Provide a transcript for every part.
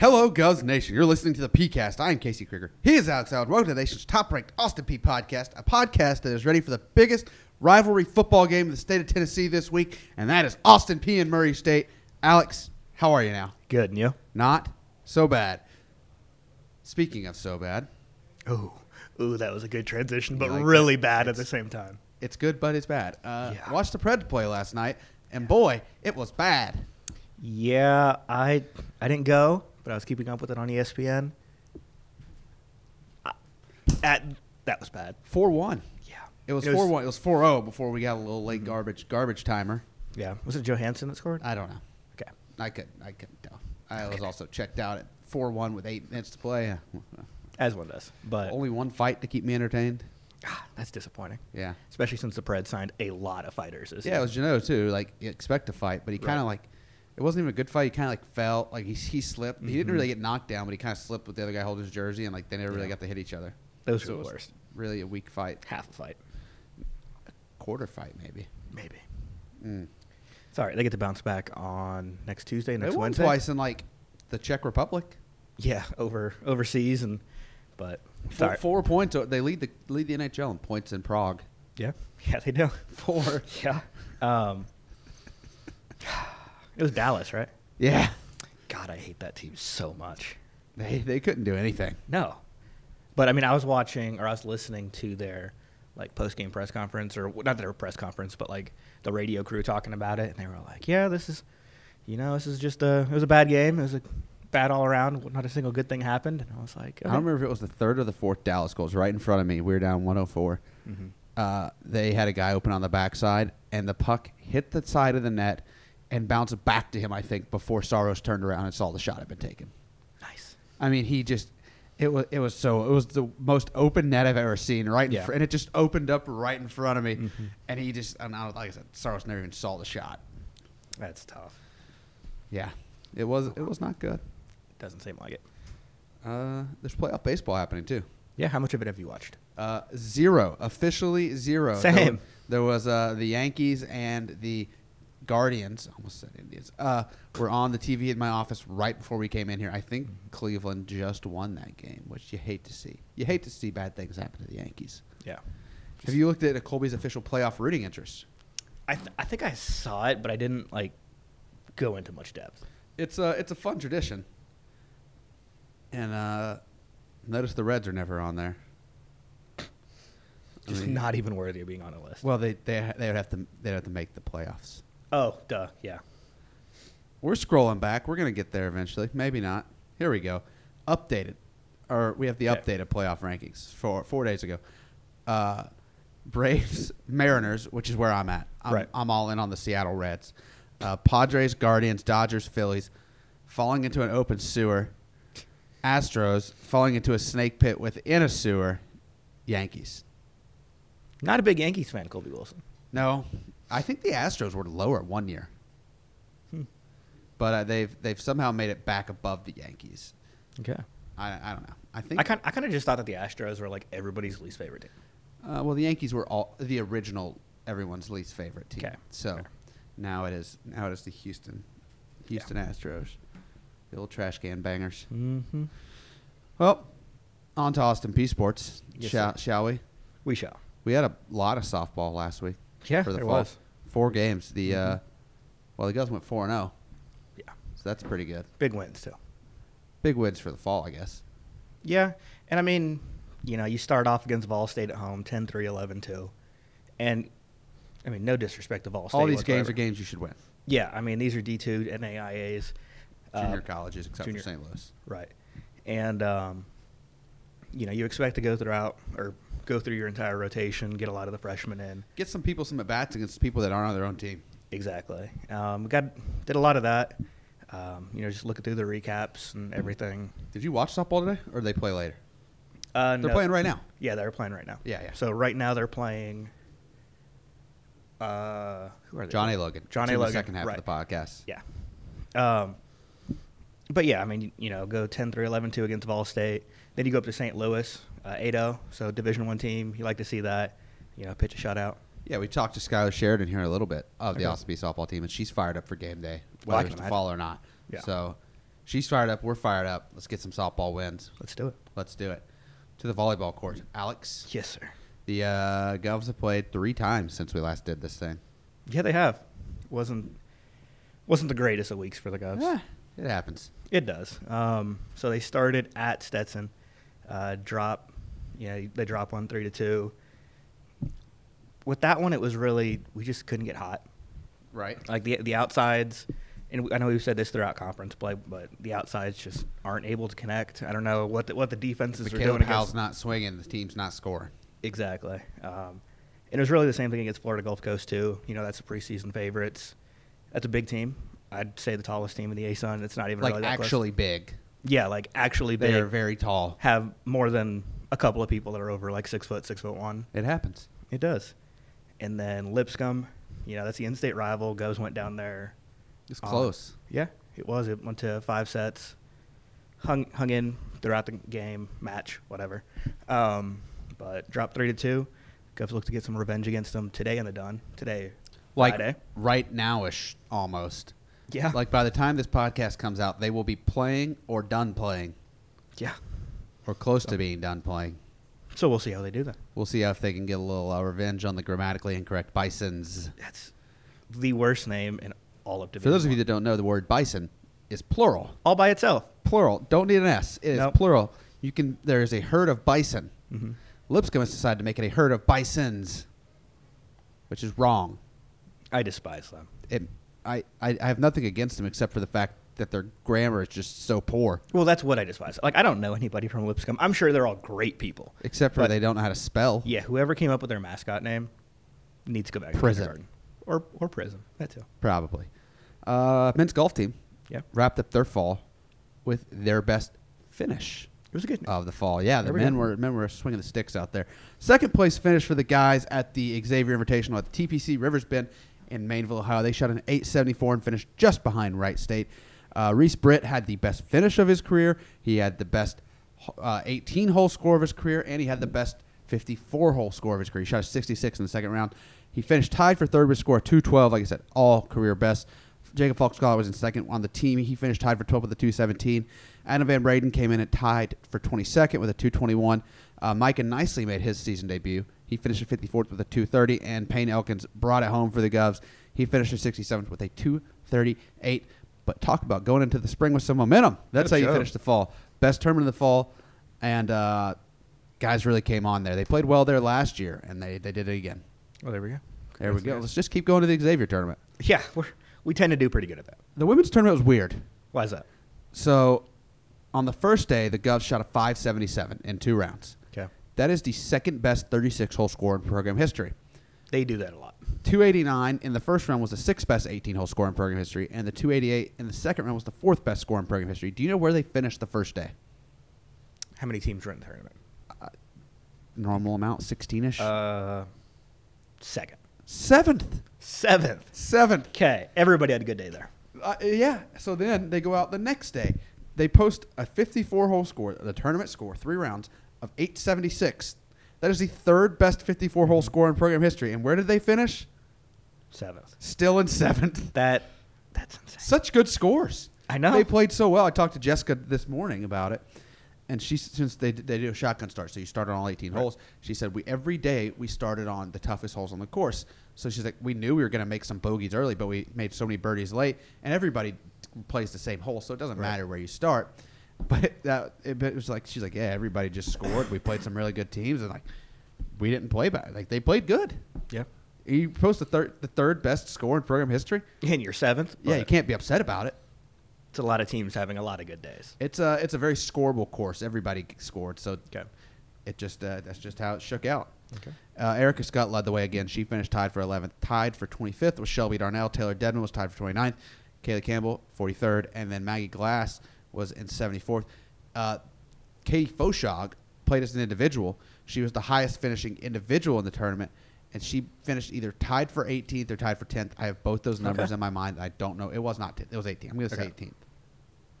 Hello, Guz Nation. You're listening to the PCast. I am Casey Krieger. He is Alex Allen, welcome to the nation's top ranked Austin P podcast, a podcast that is ready for the biggest rivalry football game in the state of Tennessee this week, and that is Austin P and Murray State. Alex, how are you now? Good, and you? Not so bad. Speaking of so bad, Ooh, ooh, that was a good transition, but You like really bad at the same time. it's good, but it's bad. Uh, Yeah. Watched the Pred play last night, and boy, it was bad. Yeah, I I didn't go, but I was keeping up with it on E ESPN. I- Uh, At that was bad. 4 1. Yeah, It was 4 1. It was 4 0 before we got a little late garbage garbage timer. Yeah, was it Johansson that scored? I don't know. okay, I could I couldn't tell. I was also checked out at four one with eight minutes to play. as one does, but Only one fight to keep me entertained. ah, that's disappointing. Yeah, Especially since the Preds signed a lot of fighters. This yeah. It was season. Geno too. Like you expect to fight, but he kind of Right. like it wasn't even a good fight. He kind of like fell. Like he he slipped. He didn't really get knocked down, but he kind of slipped with the other guy holding his jersey, and like they never really Mm-hmm. Yeah. got to hit each other. Those it were the was worst. Really a weak fight, half a fight, quarter fight maybe. maybe. Mm. Sorry, they get to bounce back on next Tuesday, next they won Wednesday. twice in like the Czech Republic. Yeah, over overseas and, but Four, sorry. four points. They lead the lead the NHL in points in Prague. Yeah, yeah, they do. Four. Yeah. Um, it was Dallas, right? Yeah, God, I hate that team so much. they they couldn't do anything. No. But I mean, I was watching or I was listening to their like post game press conference or not their press conference, but like the radio crew talking about it, and they were like, "Yeah, this is, you know, this is just a it was a bad game. It was a bad all around. Not a single good thing happened." And I was like, I don't remember if it was the third or the fourth Dallas goals right in front of me. We were down 104. Mhm. Uh, they had a guy open on the backside, and the puck hit the side of the net and bounced back to him, I think, before Saros turned around and saw the shot had been taken. "Nice." I mean, he just. It was, it was so it was the most open net I've ever seen right in Yeah. fr- and it just opened up right in front of me and he just and I, was- like I said Saros never even saw the shot That's tough. yeah it was it was not good Doesn't seem like it. uh, there's playoff baseball happening too Yeah. How much of it have you watched? Uh, zero, officially zero. Same. There, wa- there was uh, the Yankees and the Guardians. Almost said Indians. Uh, were on the TV in my office right before we came in here. I think Cleveland just won that game, which you hate to see. You hate to see bad things happen to the Yankees. Yeah. Have you looked at Colby's official playoff rooting interest? I, th- I think I saw it, but I didn't like go into much depth. It's a it's a fun tradition. And uh, notice the Reds are never on there. I Just mean- not even worthy of being on a list. Well, they they they would have to they'd have to make the playoffs. oh, duh, yeah. We're scrolling back. We're going to get there eventually. Maybe not. Here we go. Updated. Or we have the Okay. updated playoff rankings for four days ago. Uh, Braves, Mariners, which is where I'm at. I'm, Right. I'm all in on the Seattle Reds. Uh, Padres, Guardians, Dodgers, Phillies, falling into an open sewer. Astros, falling into a snake pit within a sewer. Yankees. Not a big Yankees fan, Colby Wilson. No, I think the Astros were lower one year, Hmm. but uh, they've they've somehow made it back above the Yankees. Okay. I, I don't know. I think I kind I kind of just thought that the Astros were like everybody's least favorite team. uh, well the Yankees were all the original everyone's least favorite team. Okay, So fair. now it is now it is the Houston Houston Astros, the old trash can bangers. Mm-hmm. Well, on to Austin P Sports. Yes, shall, sir. shall we? We shall. We had a lot of softball last week. Yeah, there was. Mm-hmm. Four games. The uh, well the Cubs went four and zero, Yeah. so that's pretty good. Big wins too. big wins for the fall, I guess. Yeah, and I mean, you know, you start off against Ball State at home, 10-3, 11-2. and I mean, no disrespect to Ball State. All these games whatsoever. are games you should win. Yeah, I mean, these are D two NAIAs. uh, Junior colleges, except junior- for St. Louis. Right. And, um, you know, you expect to go throughout or go through your entire rotation, get a lot of the freshmen in. Get some people some at bats against people that aren't on their own team. Exactly. Um, got did a lot of that. Um, you know, just looking through the recaps and everything. Did you watch softball today, or they play later? Uh, They're playing right now. Yeah, they're playing right now. Yeah, yeah. So right now they're playing. Uh, who are they? John A. Logan. John It's A. in Logan. The second half right. of the podcast. Yeah. Um, but yeah, I mean, you know, go 10 3, 11 2 against Ball State. Then you go up to St. Louis, 8 0. So, Division one team. You like to see that. You know, pitch a shutout. Yeah, we talked to Skylar Sheridan here a little bit of the Okay. Austin B softball team, and she's fired up for game day, Well, I whether can it's the imagine. fall or not. Yeah. So She's fired up. We're fired up. Let's get some softball wins. Let's do it. Let's do it. To the volleyball court, Alex. Yes, sir. The uh, Govs have played three times since we last did this thing. Yeah, they have. wasn't wasn't the greatest of weeks for the Govs. Yeah, it happens. It does. Um, so they started at Stetson, uh, drop, you know, they drop one three to two. With that one, it was really we just couldn't get hot. Right. Like the the outsides, and I know we've said this throughout conference play, but the outsides just aren't able to connect. I don't know what the, what the defenses are Caleb doing Howell's against. not swinging. The team's not scoring. Exactly. Um, and it was really the same thing against Florida Gulf Coast too. You know, that's the preseason favorites. That's a big team. I'd say the tallest team in the ASUN. It's not even Like really that close. actually big. Yeah, like actually They are big. very tall. Have more than a couple of people that are over like six foot, six foot one. It happens. It does. And then Lipscomb, you know, that's the in-state rival. Goes went down there. It's Uh, close. Yeah, it was. It went to five sets. Hung hung in throughout the game, match, whatever. Um, but dropped three to two. Govs look to get some revenge against them today in the Dun. Today, Like Friday. right nowish almost. Yeah. Like by the time this podcast comes out, they will be playing or done playing Yeah. or close Oh. to being done playing. So we'll see how they do that. We'll see if they can get a little uh, revenge on the grammatically incorrect bisons. That's the worst name in all of For Division. those of you One. that don't know, the word bison is plural. all by itself. Plural. Don't need an S. It is Nope. Mm-hmm. plural. You can. There is a herd of bison. Lipscomb has decided to make it a herd of bisons, which is wrong. I despise them. It, I, I, I have nothing against them except for the fact that their grammar is just so poor. Well, that's what I despise. Like I don't know anybody from Lipscomb. I'm sure they're all great people. Except for But- they don't know how to spell. Yeah, whoever came up with their mascot name needs to go back Prison. to kindergarten. Or or prison. That too. Probably. Uh, men's golf team Yeah. wrapped up their fall with their best finish. It was a good name. of the fall. Yeah, the There we men go. were men were swinging the sticks out there. Second place finish for the guys at the Xavier Invitational at the TPC Rivers Bend in Mainville, Ohio. They shot an 874 and finished just behind Wright State. Uh, Reese Britt had the best finish of his career. He had the best uh, 18 hole score of his career, and he had the best 54 hole score of his career. He shot a 66 in the second round. He finished tied for third with a score of 212. Like I said, all career best. Jacob Foxcott was in second on the team. He finished tied for 12 with a 217. Adam Van Braden came in and tied for 22nd with a 221. Uh, Micah Nicely made his season debut. He finished at 54th with a 230, and Payne Elkins brought it home for the Govs. He finished at 67th with a 238. But talk about going into the spring with some momentum. That's Good how you job. finish the fall. Best tournament of the fall, and uh, guys really came on there. They played well there last year, and they, they did it again. Well, there we go. Oh, There we go. Congrats, Let's just keep going to the Xavier tournament. guys. Yeah, we're, we tend to do pretty good at that. The women's tournament was weird. Why is that? So, on the first day, the Govs shot a 577 in two rounds. Okay. That is the second best 36 hole score in program history. They do that a lot. 289 in the first round was the sixth best 18 hole score in program history, and the 288 in the second round was the fourth best score in program history. Do you know where they finished the first day? How many teams were in the tournament? Normal amount, 16 ish. Uh, second, seventh. seventh. Seventh. Okay, everybody had a good day there. Uh, yeah. So then they go out the next day. They post a 54 hole score, the tournament score, three rounds of 876. That is the third best 54 hole score in program history. And where did they finish? Seventh. Still in seventh. That that's insane. Such good scores. I know. They played so well. I talked to Jessica this morning about it. And she, since they, they do a shotgun start, so you start on all 18 Right. holes, she said, we every day we started on the toughest holes on the course. So she's like, we knew we were going to make some bogeys early, but we made so many birdies late. And everybody plays the same hole, so it doesn't Right. matter where you start. But that it, but it was like, she's like, yeah, everybody just scored. We played some really good teams. And like, we didn't play bad. Like, they played good. Yeah. You post the third, the third best score in program history. And you're seventh. Yeah, but you can't be upset about it. It's a lot of teams having a lot of good days. It's a it's a very scoreable course. Everybody scored, so Okay. it just uh, that's just how it shook out. Okay. Uh, Erica Scott led the way again. She finished tied for 11th. Tied for 25th was Shelby Darnell. Taylor Dedman was tied for 29th. Kayla Campbell 43rd, and then Maggie Glass was in 74th. Uh, Katie Foshog played as an individual. She was the highest finishing individual in the tournament, and she finished either tied for 18th or tied for 10th. I have both those numbers Okay. in my mind. I don't know. It was not 10th. It was 18th. I'm going to say Okay.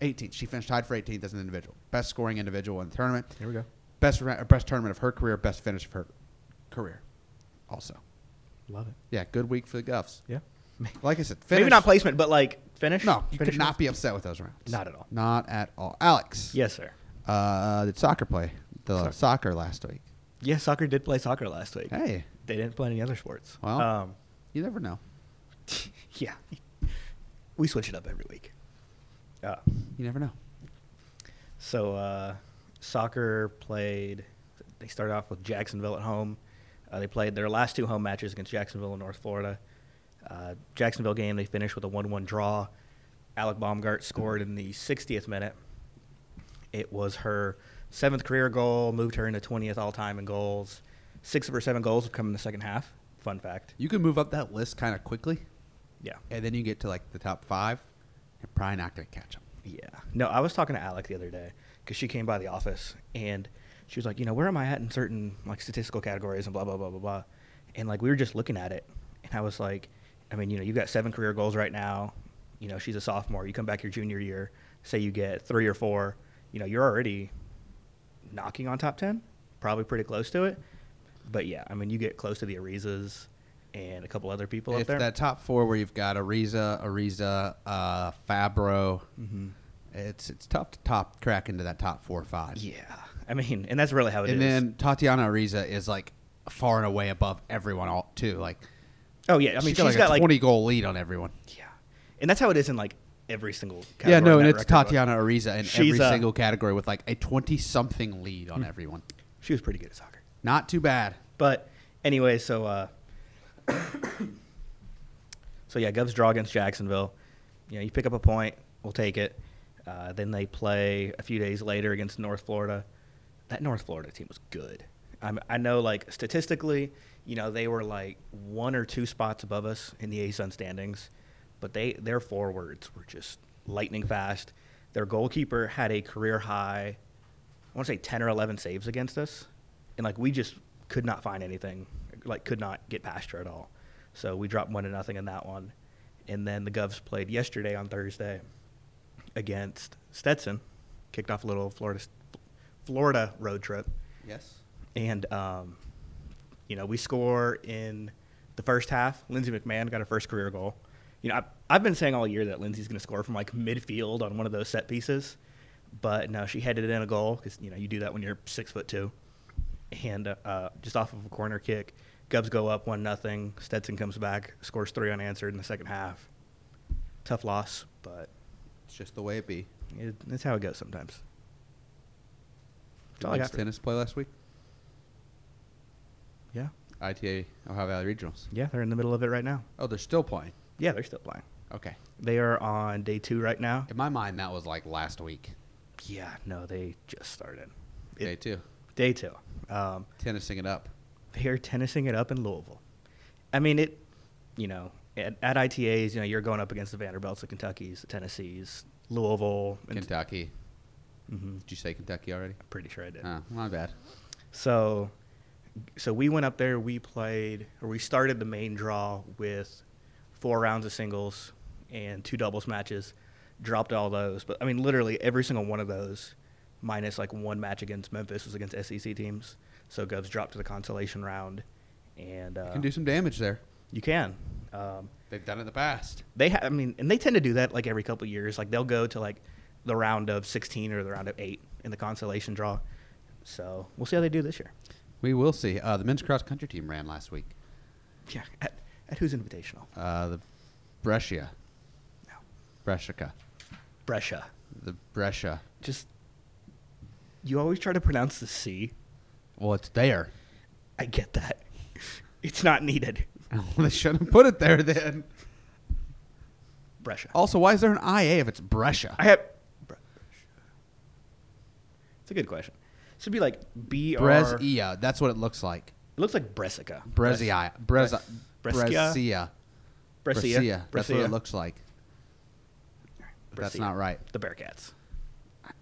18th. 18th. She finished tied for 18th as an individual, best scoring individual in the tournament, Here we go. best ra- or best tournament of her career, best finish of her career. Also, Love it. yeah, good week for the Guffs. Yeah. Like I said, finish, Maybe not placement, but like Finish? No, you Finish could not this? be upset with those rounds. Not at all. Not at all. Alex. Yes, sir. Uh, did soccer play the Soccer. soccer last week? Yeah, soccer did play soccer last week. Hey, They didn't play any other sports. Well. um, you never know. yeah, we switch it up every week. Uh, You never know. so uh, soccer played. They started off with Jacksonville at home. Uh, they played their last two home matches against Jacksonville and North Florida. Uh, Jacksonville game, they finished with a one-one draw. Alec Baumgart scored in the 60th minute. It was her seventh career goal, moved her into 20th all-time in goals. Six of her seven goals have come in the second half. Fun fact. You can move up that list kind of quickly, Yeah. and then you get to like the top five. You're probably not going to catch them. Yeah. No, I was talking to Alec the other day because she came by the office and she was like, you know, where am I at in certain like statistical categories and blah blah blah blah blah, and like we were just looking at it, and I was like, I mean, you know, you've got seven career goals right now. You know, she's a sophomore. You come back your junior year, say you get three or four. You know, you're already knocking on top ten, probably pretty close to it. But yeah, I mean, you get close to the Arizas and a couple other people up It's there. that top four where you've got Ariza, Ariza, uh, Fabro. Mhm. It's it's tough to top crack into that top four or five. Yeah, I mean, and that's really how it is. and then Tatiana Ariza is like far and away above everyone all too. Like oh yeah, I mean, she's got, like, got a like twenty goal lead on everyone. Yeah, and that's how it is in like every single. Category Yeah, no, and in that it's record book. Tatiana Ariza in She's, Hmm. every uh, single category with like a twenty something lead on everyone. She was pretty good at soccer, Not too bad. but anyway, so uh, so yeah, Gov's draw against Jacksonville. You know, you pick up a point, we'll take it. Uh, then they play a few days later against North Florida. That North Florida team was good. I'm, I know, like statistically, you know, they were like one or two spots above us in the A Sun standings, but they their forwards were just lightning fast. Their goalkeeper had a career high, I want to say ten or eleven saves against us, and like we just could not find anything, like could not get past her at all. So we dropped one to nothing in that one, and then the Govs played yesterday on Thursday against Stetson, kicked off a little Florida Florida road trip, Yes. and um, you know we score in the first half. Lindsey McMahon got her first career goal. You know I've, I've been saying all year that Lindsey's going to score from like midfield on one of those set pieces, but no, she headed in a goal because you know you do that when you're six foot two, and uh, just off of a corner kick, Gubs go up one nothing. Stetson comes back, scores three unanswered in the second half. Tough loss, but It's just the way it be. it, that's how it goes sometimes. That's all I Did got for- tennis play last week? Yeah. ITA Ohio Valley Regionals. Yeah, they're in the middle of it right now. Oh, they're still playing. Yeah, they're still playing. Okay. They are on day two right now. In my mind, that was like last week. Yeah, no, they just started. It- Day two. Day two. Um, Tennising it up. they are tennising it up in Louisville. I mean, it, you know, at, at ITAs, you know, you're going up against the Vanderbilts, the Kentuckys, the Tennessees, Louisville. Kentucky. hmm Did you say Kentucky already? Pretty sure I did. Oh, my bad. So, so we went up there. We played, or we started the main draw with four rounds of singles and two doubles matches. Dropped all those, but I mean, literally every single one of those, minus like one match against Memphis, was against SEC teams. So Govs dropped to the consolation round, and uh, You can do some damage there. you can. Um, They've done it in the past. they ha- I mean, and they tend to do that like every couple of years. Like they'll go to like the round of 16 or the round of eight in the consolation draw. So we'll see how they do this year. We will see. Uh, the men's cross country team ran last week. Yeah, at, at whose invitational? Uh, the Brescia, No, Brescia, Brescia. the Brescia. Just you always try to pronounce the C. Well, it's there. I get that. It's not needed. they shouldn't put it there then. Brescia. Also, why is there an IA if it's Brescia? I have. Bre- It's a good question. It should be like B R. It Brescia. That's what it looks like. looks like Bressica. Brescia. Brescia. Brescia? Brescia. Brescia. That's what it looks like. But That's Brescia. not right. The Bearcats.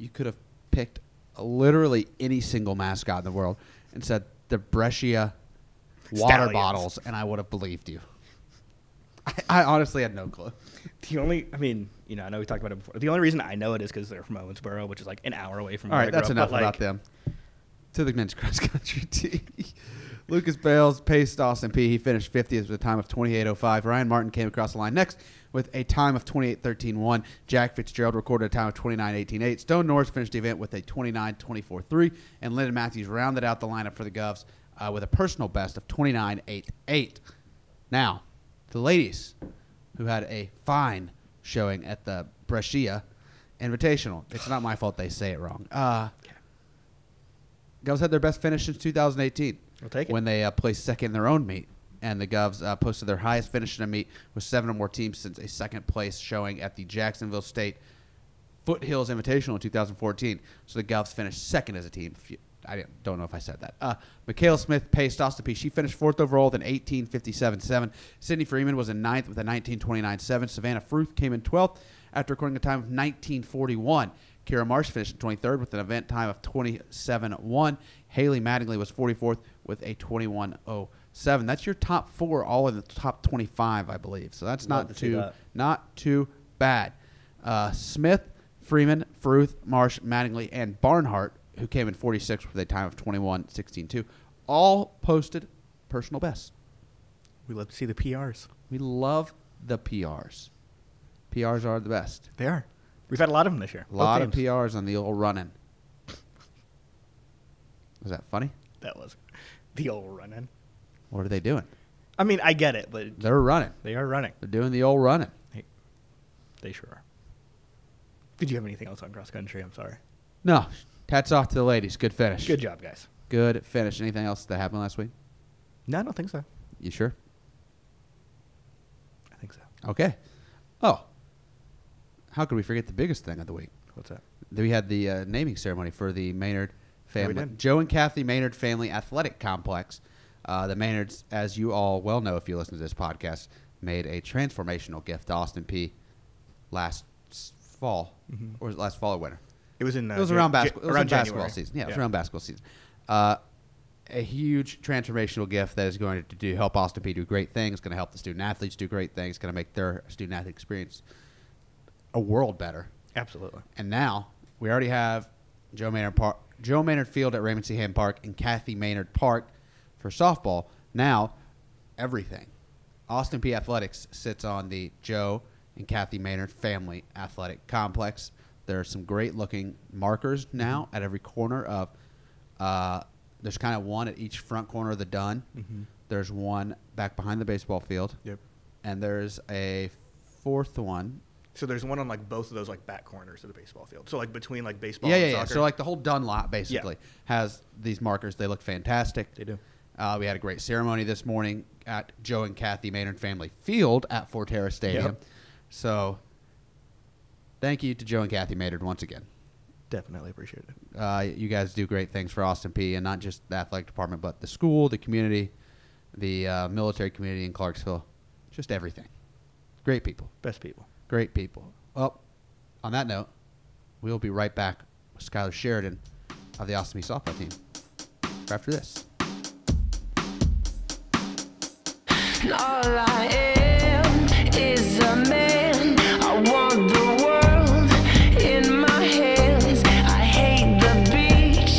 You could have picked literally any single mascot in the world and said the Brescia water Stallions. bottles, and I would have believed you. I, I honestly had no clue. The only, I mean, you know, I know we talked about it before. The only reason I know it is because they're from Owensboro, which is like an hour away from. All where right, I that's grew up, enough but, like, about them. To the men's cross country team, Lucas Bales paced Austin P. He finished 50th with a time of 28.05. Ryan Martin came across the line next with a time of 28.13.1. Jack Fitzgerald recorded a time of 29.18.8. Stone Norris finished the event with a 29.24.3. And Lyndon Matthews rounded out the lineup for the Govs uh, with a personal best of 29.88. Now, the ladies who had a fine showing at the Brescia Invitational. It's not my fault they say it wrong. Uh, Govs had their best finish since 2018. We'll take it. When they uh, placed second in their own meet. And the Govs uh, posted their highest finish in a meet with seven or more teams since a second place showing at the Jacksonville State Foothills Invitational in 2014. So the Govs finished second as a team. If you- I didn't, don't know if I said that. Uh, Mikhail Smith paced Austin Peay. She finished fourth overall with an 18.57.7. Sydney Freeman was in ninth with a 19.29.7. Savannah Fruth came in 12th after recording a time of 19.41. Kira Marsh finished in 23rd with an event time of 27.1. Haley Mattingly was 44th with a 21.07. That's your top four, all in the top 25, I believe. So that's not Love to see too that. not too bad. Uh, Smith, Freeman, Fruth, Marsh, Mattingly, and Barnhart, who came in 46 with a time of 21, 16, 2, all posted personal bests. We love to see the PRs. We love the PRs. PRs are the best. They are. We've had a lot of them this year. A Both lot of teams. PRs on the old running. Was that funny? That was the old running. What are they doing? I mean, I get it, but They're running. they are running. They're doing the old running. They, they sure are. Did you have anything else on cross country? I'm sorry. No, hats off to the ladies. Good finish. Good job, guys. Good finish. Anything else that happened last week? No, I don't think so. You sure? I think so. Okay. Oh, how could we forget the biggest thing of the week? What's that? We had the uh, naming ceremony for the Maynard Yeah, we family, did. Joe and Kathy Maynard Family Athletic Complex. Uh, the Maynards, as you all well know, if you listen to this podcast, made a transformational gift to Austin P. last s- fall, Mhm. or was it last fall or winter? It was in. Uh, it was Ja- around, Ja- basket- it was around around basketball January. season. Yeah, it was around basketball season. Uh, a huge transformational gift that is going to do, help Austin P do great things. Going to help the student athletes do great things. Going to make their student athlete experience a world better. Absolutely. And now we already have Joe Maynard Park, Joe Maynard Field at Raymond Seahan Park, and Kathy Maynard Park for softball. Now everything, Austin P Athletics sits on the Joe and Kathy Maynard Family Athletic Complex. There are some great looking markers now at every corner of. Uh, there's kind of one at each front corner of the dun. Mhm. There's one back behind the baseball field, Yep. and there's a fourth one So there's one on like both of those like back corners of the baseball field. So like between like baseball. Yeah, and yeah, yeah. soccer. So like the whole Dunlop basically has these markers. They look fantastic. They do. Uh, we had a great ceremony this morning at Joe and Kathy Maynard Family Field at Forterra Stadium. Yep. So, thank you to Joe and Kathy Maynard once again. definitely appreciate it. Uh, you guys do great things for Austin P, and not just the athletic department, but the school, the community, the uh, military community in Clarksville, just everything. Great people. Best people. Great people. Well, on that note, we'll be right back with Skylar Sheridan of the Ostomy softball team after this. And all I am is a man. I want the world in my hands. I hate the beach,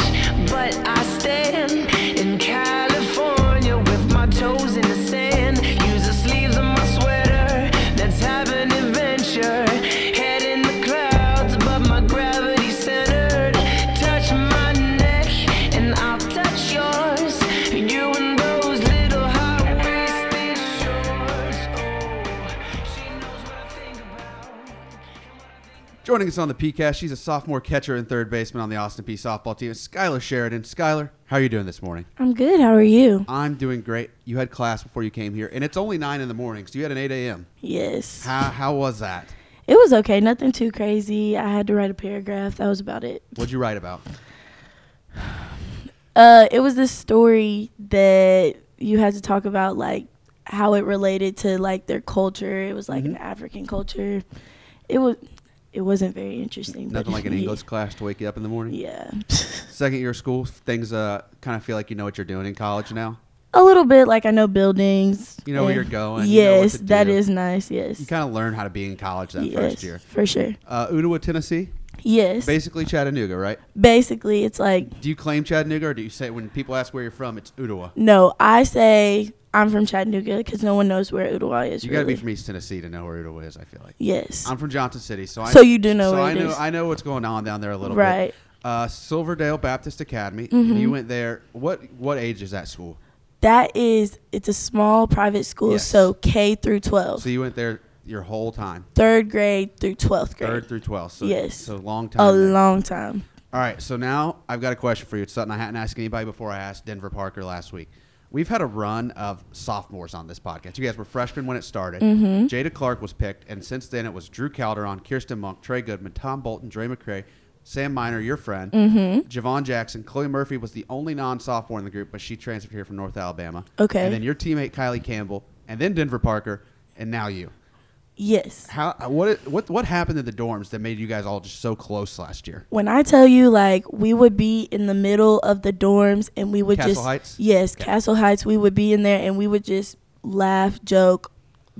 but I stand in California with my toes in the sand. Use the sleeves of my sweater. Let's have an adventure. Head in the clouds, but my gravity centered. Touch my neck, and I'll touch yours. You and those little high-waisted shorts. Oh, she knows what I think about. Joining us on the PCAST, she's a sophomore catcher and third baseman on the Austin P softball team, Skylar Sheridan. Skylar, how are you doing this morning? I'm good. How are you? I'm doing great. You had class before you came here, and it's only 9 in the morning, so you had an 8 a.m. Yes. How, how was that? It was okay. Nothing too crazy. I had to write a paragraph. That was about it. What'd you write about? Uh, it was this story that you had to talk about, like how it related to like their culture. It was like Mm-hmm. an African culture. It was. It wasn't very interesting. but Nothing like an yeah. English class to wake you up in the morning? Yeah. Second year of school, things uh, kind of feel like you know what you're doing in college now. a little bit. Like I know buildings. You know where and- you're going, you know what Yes, to that do. is nice. Yes. You kind of learn how to be in college that yes, first year. for sure. Uh, Ottawa, Tennessee. Yes. Basically Chattanooga, right? Basically, it's like Do you claim Chattanooga or do you say when people ask where you're from, it's Ottawa? no. I say I'm from Chattanooga because no one knows where Ottawa is. You got to be really. from East Tennessee to know where Ottawa is. I feel like Yes. I'm from Johnson City, so I So you do know so where I it know is. I know what's going on down there a little Right. Mm-hmm. bit. Uh, Silverdale Baptist Academy. And you went there. What what age is that school? that is. It's a small private school, Yes. so K through twelve, So you went there your whole time, third grade through twelfth grade. third through twelfth. So, Yes. so long time. a there. long time. All right, so now I've got a question for you. It's something I hadn't asked anybody before. I asked Denver Parker last week. We've had a run of sophomores on this podcast. You guys were freshmen when it started. Jada Clark was picked, and since then it was Drew Calderon, Kirsten Monk, Trey Goodman, Tom Bolton, Dre McCray, Sam Miner, your friend, Javon Jackson. Chloe Murphy was the only non-sophomore in the group, but she transferred here from North Alabama. Okay. And then your teammate Kylie Campbell, and then Denver Parker, and now you. Yes. How what what what happened to the dorms that made you guys all just so close last year? When I tell you, like, we would be in the middle of the dorms and we would Castle just. Heights? Yes, Castle Heights. We would be in there and we would just laugh, joke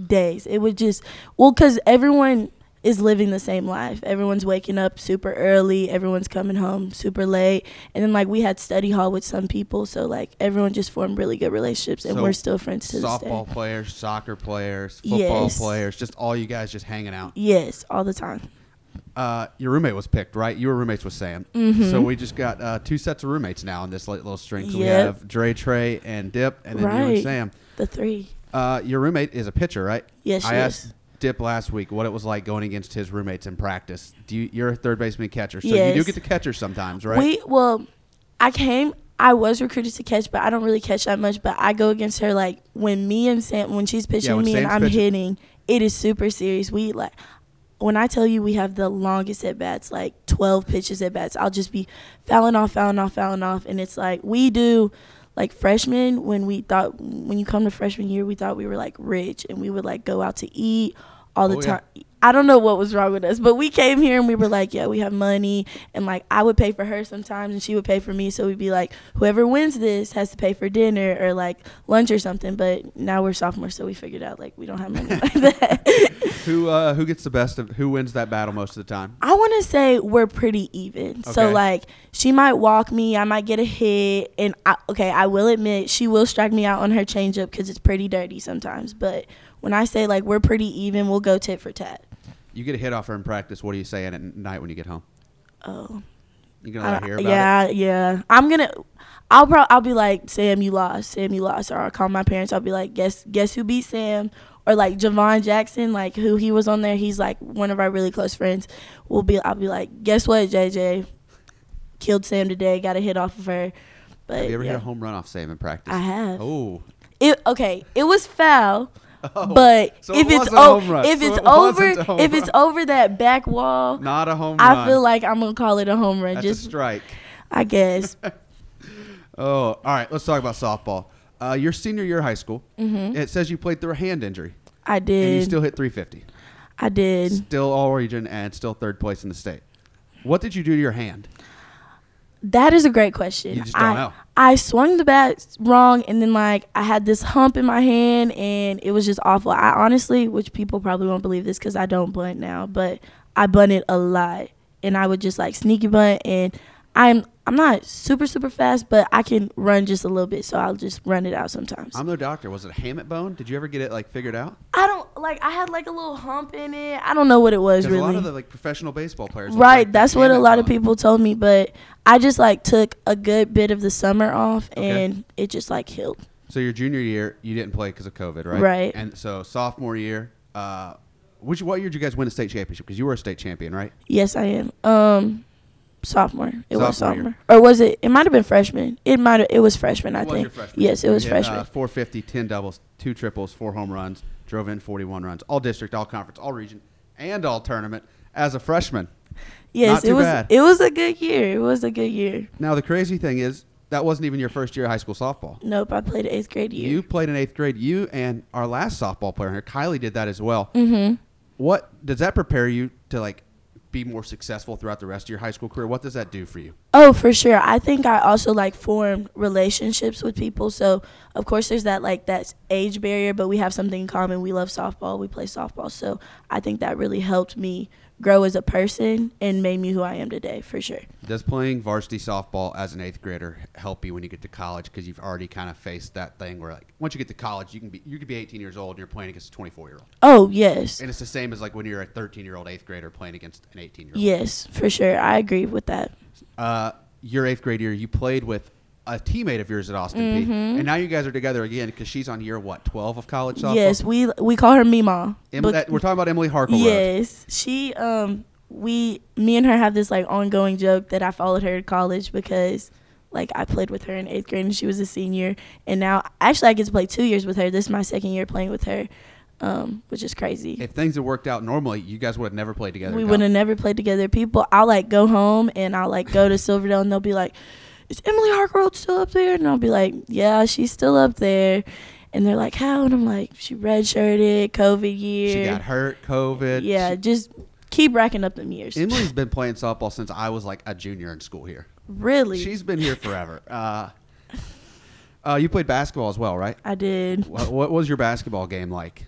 days. It would just. Well, because everyone is living the same life. Everyone's waking up super early. Everyone's coming home super late. And then, like, we had study hall with some people. So, like, everyone just formed really good relationships and So, we're still friends to this day. softball players, soccer players, football Yes. players, just all you guys just hanging out. Yes, all the time. Uh, your roommate was picked, right? You were roommates with Sam. Mm-hmm. So we just got uh, two sets of roommates now in this li- little string. 'cause We Yep. have Dre, Trey, and Dip, and then you and Right. Sam. The three. Uh, your roommate is a pitcher, right? Yes, I she asked is. Dip last week what it was like going against his roommates in practice. Do you, you're a third baseman catcher, so you do Yes. get to catcher sometimes, right? We well, I came. I was recruited to catch, but I don't really catch that much. But I go against her like when me and Sam when she's pitching when me and Sam's I'm pitching. hitting, it is super serious. We like when I tell you we have the longest at bats, like twelve pitches at bats. I'll just be fouling off, fouling off, fouling off, and it's like we do. Like freshmen, when we thought when you come to freshman year, we thought we were like rich and we would like go out to eat all the Oh, yeah. time. I don't know what was wrong with us, but we came here and we were like, yeah, we have money. And like, I would pay for her sometimes and she would pay for me. So we'd be like, whoever wins this has to pay for dinner or like lunch or something. But now we're sophomores, so we figured out like we don't have money like that. who uh, who gets the best of who wins that battle most of the time? I want to say we're pretty even. So Okay. like, she might walk me, I might get a hit. And I, okay, I will admit, she will strike me out on her changeup because it's pretty dirty sometimes. But when I say like we're pretty even, we'll go tit for tat. You get a hit off her in practice. What do you say at night when you get home? Oh. You gonna let her I- uh, hear about it? yeah, yeah. I'm gonna. I'll probably I'll be like Sam, you lost. Sam, you lost. Or I'll call my parents. I'll be like, guess guess who beat Sam? Or like Javon Jackson, like who he was on there. He's like one of our really close friends. We'll be. I'll be like, guess what, JJ killed Sam today. Got a hit off of her. But Have you ever yeah. hit a home run off Sam in practice? I have. Oh, It, okay, it was foul. but so if it it's was a o- home run. if So it's it over wasn't a home if it's over that back wall, not a home run. I feel like I'm gonna call it a home run. that's a just strike. I guess. Oh, all right. Let's talk about softball. Uh, your senior year of high school. It says you played through a hand injury, I Mm-hmm. did. and you still hit 350. I did. Still all region and still third place in the state. What did you do to your hand? That is a great question. You just don't I, know. I swung the bat wrong, and then like I had this hump in my hand, and it was just awful. I honestly, which people probably won't believe this because I don't bunt now, but I bunted a lot, and I would just like sneaky bunt, and I'm I'm not super super fast, but I can run just a little bit, so I'll just run it out sometimes. I'm no doctor. Was it a hammock bone? Did you ever get it like figured out? I don't like I had like a little hump in it. I don't know what it was Because really. a lot of the like professional baseball players. have, Right, like, that's what a hammock lot of bone. people told me, but I just like took a good bit of the summer off Okay. and it just like healed. So your junior year, you didn't play because of COVID, right? Right. And so sophomore year, uh, which what year did you guys win a state championship? Because you were a state champion, right? Yes, I am. Um sophomore. It was Sophomore year. sophomore. Or was it it might have been freshman. It might have it was freshman, I It was think. your freshman Yes, it was You hit, freshman. Uh, 450, 10 doubles, two triples, four home runs, drove in 41 runs, all district, all conference, all region, and all tournament as a freshman. yes, not too it was bad. it was a good year. It was a good year. Now, the crazy thing is, that wasn't even your first year of high school softball. Nope, I played eighth grade year. You played in eighth grade. You and our last softball player here, Kylie, did that as well. Mm-hmm. What does that prepare you to like be more successful throughout the rest of your high school career? What does that do for you? Oh, for sure. I think I also like formed relationships with people. So, of course, there's that like that age barrier, but we have something in common. We love softball. We play softball. So, I think that really helped me grow as a person and made me who I am today for sure. Does playing varsity softball as an eighth grader help you when you get to college? Because you've already kind of faced that thing where, like, once you get to college, you can be you could be 18 years old and you're playing against a 24 year old, Oh yes, and it's the same as like when you're a 13 year old eighth grader playing against an 18 year old. yes for sure. I agree with that. uh, your eighth grade year, you played with a teammate of yours at Austin Mm-hmm. P, and now you guys are together again because she's on year what twelve of college softball. Yes, we we call her Mima. Em- but- that- we're talking about Emily Harkle. Road. Yes, she um we me and her have this like ongoing joke that I followed her to college because like I played with her in eighth grade and she was a senior and now actually I get to play two years with her. This is my second year playing with her, um, which is crazy. If things had worked out normally, you guys would have never played together. we in would have college. never played together. People, I'll like go home and I'll like go to Silverdale and they'll be like, "Is Emily Harkroad still up there?" And I'll be like, "Yeah, she's still up there." And they're like, "How?" And I'm like, "She redshirted COVID year." She got hurt, COVID. Yeah, just keep racking up them years. She- Emily's been playing softball since I was like a junior in school here. really? She's been here forever. Uh, uh, you played basketball as well, right? I did. What, what was your basketball game like?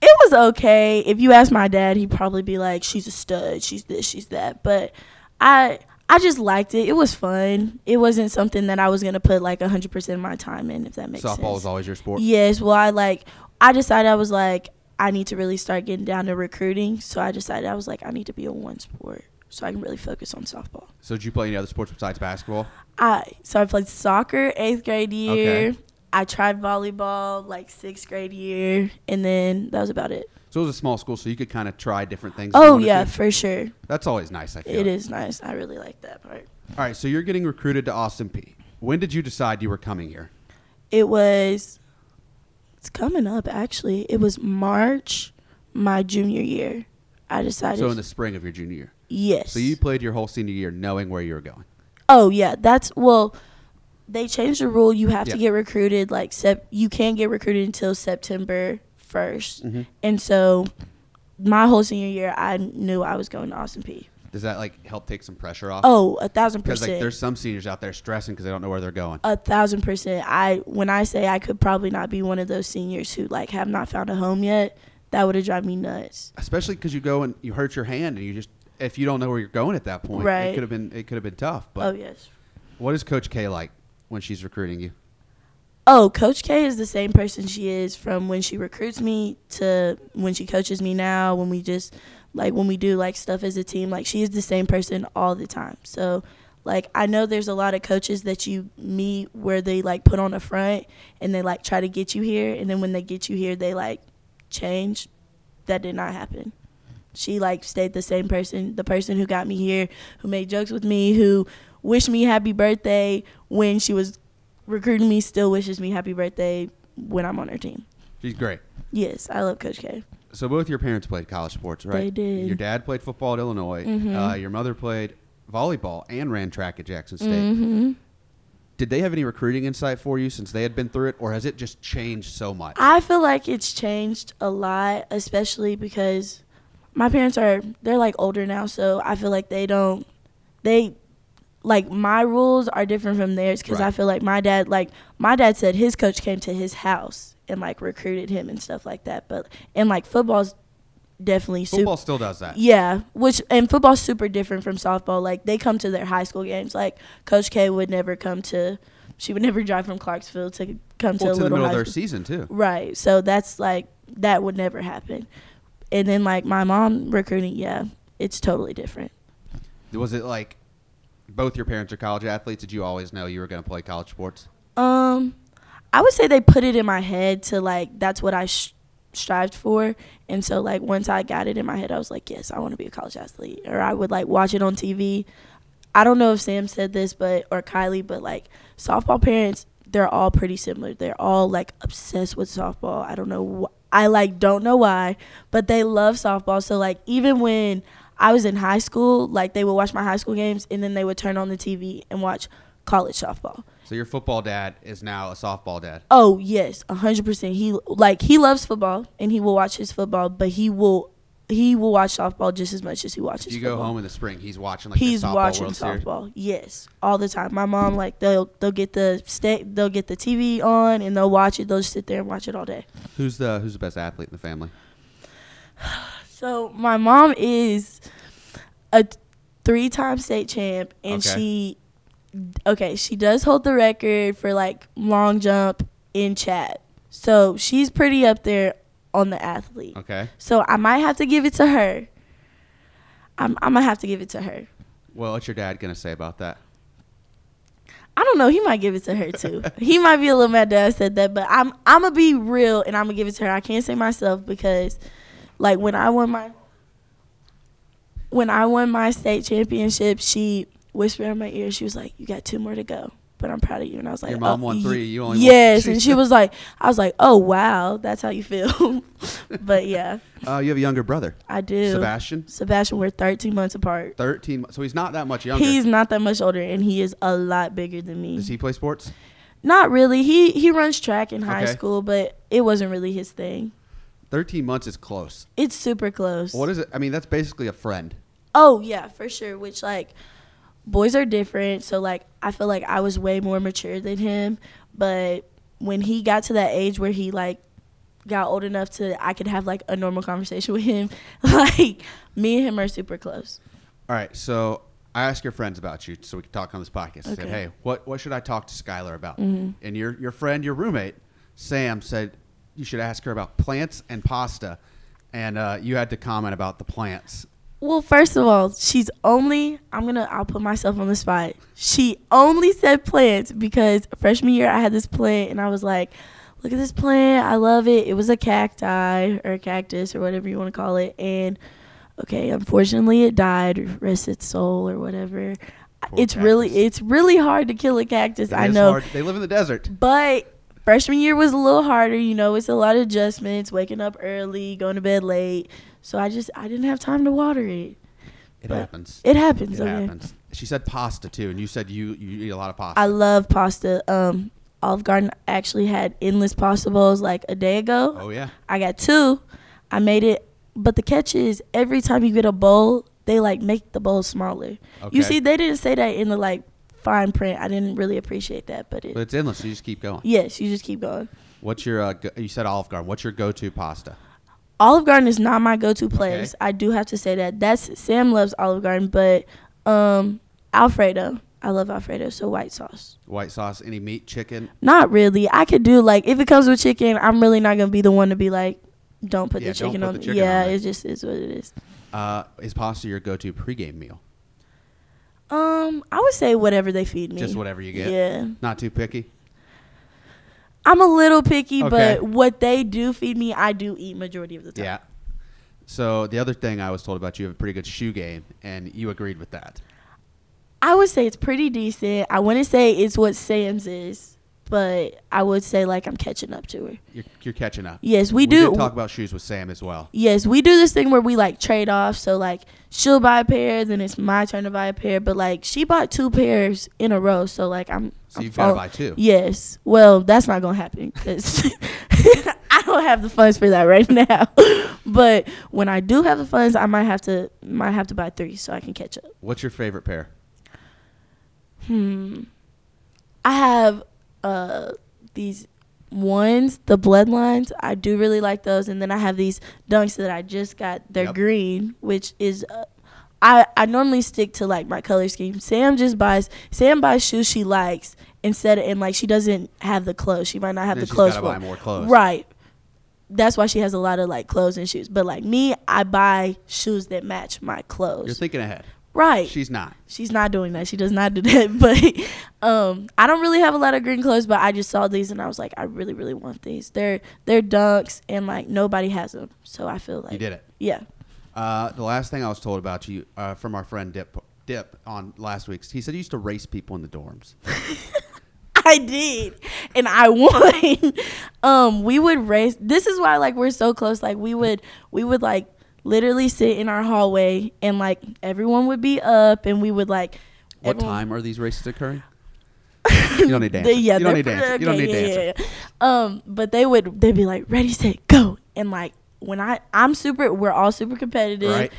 It was okay. If you ask my dad, he'd probably be like, "She's a stud. She's this. She's that." But I. I just liked it. It was fun. It wasn't something that I was gonna put like hundred percent of my time in, if that makes sense. softball was always your sport. Yes. Well, I like. I decided I was like, I need to really start getting down to recruiting. So I decided I was like, I need to be in one sport so I can really focus on softball. So did you play any other sports besides basketball? I so I played soccer eighth grade year. Okay. I tried volleyball like sixth grade year, and then that was about it. So it was a small school, so you could kind of try different things. if you Oh wanted yeah, to. for sure. that's always nice. I feel It is nice. I really like that part. All right, so you're getting recruited to Austin P. When did you decide you were coming here? It was. It's coming up actually. It was March, my junior year. I decided. So in the spring of your junior year. yes. So you played your whole senior year knowing where you were going. Oh yeah, that's well. They changed the rule. You have Yeah. to get recruited. Like sep- you can't get recruited until September 1st Mm-hmm. and so my whole senior year, I knew I was going to Austin P. Does that like help take some pressure off? Oh, a thousand because like percent, there's some seniors out there stressing because they don't know where they're going. a thousand percent. I when I say I could probably not be one of those seniors who like have not found a home yet, that would have drive me nuts. Especially because you go and you hurt your hand and you just if you don't know where you're going at that point, it Right. could have been it could have been tough. Oh But yes. what is Coach K like when she's recruiting you? Oh, Coach K is the same person she is from when she recruits me to when she coaches me now, when we just like when we do like stuff as a team, like she is the same person all the time. So like I know there's a lot of coaches that you meet where they like put on a front and they like try to get you here and then when they get you here they like change. That did not happen. She like stayed the same person, the person who got me here, who made jokes with me, who wished me happy birthday when she was recruiting me still wishes me happy birthday when I'm on her team. She's great. Yes, I love Coach K. So both your parents played college sports, right? They did. Mm-hmm. Your dad played football at Illinois. Uh, your mother played volleyball and ran track at Jackson State. Mm-hmm. Did they have any recruiting insight for you since they had been through it, or has it just changed so much? I feel like it's changed a lot, especially because my parents are they're like older now, so I feel like they don't they like my rules are different from theirs because I Right. feel like my dad like my dad said his coach came to his house and like recruited him and stuff like that, but and like football's definitely super Football still does that. Yeah, which and football's super different from softball. Like they come to their high school games. Like Coach K would never come to. She would never drive from Clarksville to come Well, it's to a in the little middle of high their school. season too. Right. So that's like that would never happen. And then like my mom recruiting, yeah, it's totally different. Was it like both your parents are college athletes? Did you always know you were going to play college sports? Um, I would say they put it in my head to like that's what I sh- strived for, and so like once I got it in my head, I was like, yes, I want to be a college athlete, or I would like watch it on TV. I don't know if Sam said this, but or Kylie, but like softball parents, they're all pretty similar. They're all like obsessed with softball. I don't know. Wh- I like don't know why, but they love softball. So like even when I was in high school, like they would watch my high school games, and then they would turn on the TV and watch college softball. So your football dad is now a softball dad. Oh yes, a hundred percent. He like he loves football and he will watch his football, but he will he will watch softball just as much as he watches. If you football. go home in the spring, he's watching like He's the softball watching World Series. softball. Yes, all the time. My mom like they'll they'll get the stay they'll get the TV on and they'll watch it. They'll just sit there and watch it all day. Who's the Who's the best athlete in the family? So my mom is a three-time state champ, and Okay. she okay she does hold the record for like long jump in chat. So she's pretty up there on the athlete. Okay. So I might have to give it to her. I'm, I'm gonna have to give it to her. Well, what's your dad gonna say about that? I don't know. He might give it to her too. he might be a little mad that I said that, but I'm I'm gonna be real and I'm gonna give it to her. I can't say myself because, like when I won my when I won my state championship, she whispered in my ear. She was like, "You got two more to go." But I'm proud of you. And I was like, Your mom oh, won ye- three, you only won- yes. and she was like, I was like, oh wow, that's how you feel. but yeah, Uh, you have a younger brother, I do. Sebastian, Sebastian, we're 13 months apart. thirteen. mo- So he's not that much younger. He's not that much older, and he is a lot bigger than me. Does he play sports? Not really. He he runs track in high Okay. school, but it wasn't really his thing. Thirteen months is close. It's super close. What is it? I mean, that's basically a friend. Oh yeah, for sure. Which like boys are different, so like I feel like I was way more mature than him. But when he got to that age where he like got old enough to I could have like a normal conversation with him, like me and him are super close. All right. So I asked your friends about you, so we can talk on this podcast. I said, Okay. Mm-hmm. hey, what what should I talk to Skylar about? And your your friend, your roommate, Sam said you should ask her about plants and pasta, and uh, you had to comment about the plants. Well, first of all, she's only I'm gonna I'll put myself on the spot. She only said plants because freshman year I had this plant and I was like, look at this plant, I love it. It was a cacti or a cactus or whatever you want to call it, and okay, unfortunately it died, rest its soul or whatever. Poor it's really cactus. it's really hard to kill a cactus. I It is know. hard. They live in the desert. But freshman year was a little harder. You know, it's a lot of adjustments, waking up early, going to bed late. So I just I didn't have time to water it. It But happens. It happens. It okay. happens. She said pasta too, and you said you you eat a lot of pasta. I love pasta. Um, Olive Garden actually had endless pasta bowls like a day ago. oh yeah. I got two. I made it, but the catch is every time you get a bowl, they like make the bowl smaller. Okay. You see, they didn't say that in the like fine print. I didn't really appreciate that, but it. But it's endless. So you just keep going. yes, you just keep going. What's your? Uh, go- you said Olive Garden. What's your go-to pasta? Olive Garden is not my go-to place. I do have to say that. That's Sam loves Olive Garden, but um Alfredo. I love Alfredo, so white sauce. White sauce? Any meat? Chicken? Not really. I could do like if it comes with chicken, I'm really not gonna be the one to be like, don't put Yeah, the don't chicken put on. the it." chicken yeah, on it. it just is what it is. Uh, is pasta your go-to pregame meal? Um, I would say whatever they feed me. Just whatever you get. Yeah, Not too picky. I'm a little picky, Okay. but what they do feed me, I do eat majority of the time. Yeah. So the other thing I was told about you have a pretty good shoe game, and you agreed with that. I would say it's pretty decent. I wouldn't say it's what Sam's is, but I would say like I'm catching up to her. You're, you're catching up. Yes, we, we do. did talk about shoes with Sam as well. yes, we do this thing where we like trade off. So like she'll buy a pair, then it's my turn to buy a pair. But like she bought two pairs in a row, so like I'm. So I'm you've got to fall- buy two. Yes. Well, that's not gonna happen because I don't have the funds for that right now. but when I do have the funds, I might have to might have to buy three so I can catch up. What's your favorite pair? Hmm. I have uh these ones, the bloodlines. I do really like those, and then I have these dunks that I just got. They're Yep. green, which is. Uh, I, I normally stick to like my color scheme. Sam just buys Sam buys shoes she likes instead of, and like she doesn't have the clothes. She might not have Then the she's clothes gotta for buy more clothes. Right. That's why she has a lot of like clothes and shoes. But like me, I buy shoes that match my clothes. You're thinking ahead. right She's not. she's not doing that. She does not do that. But um, I don't really have a lot of green clothes, but I just saw these and I was like, I really, really want these. They're they're dunks and like nobody has them, so I feel like You did it. Yeah, Uh, the last thing I was told about you uh, from our friend Dip Dip on last week's, he said you used to race people in the dorms. I did, and I won. um, we would race. This is why like we're so close. Like we would we would like literally sit in our hallway and like everyone would be up and we would like. What everyone- time are these races occurring? you don't need to answer. They- yeah, you don't they're need to answer. pretty- you don't okay, need to yeah, answer. yeah, yeah. Um, but they would they'd be like, ready, set, go, and like when I I'm super, we're all super competitive. Right.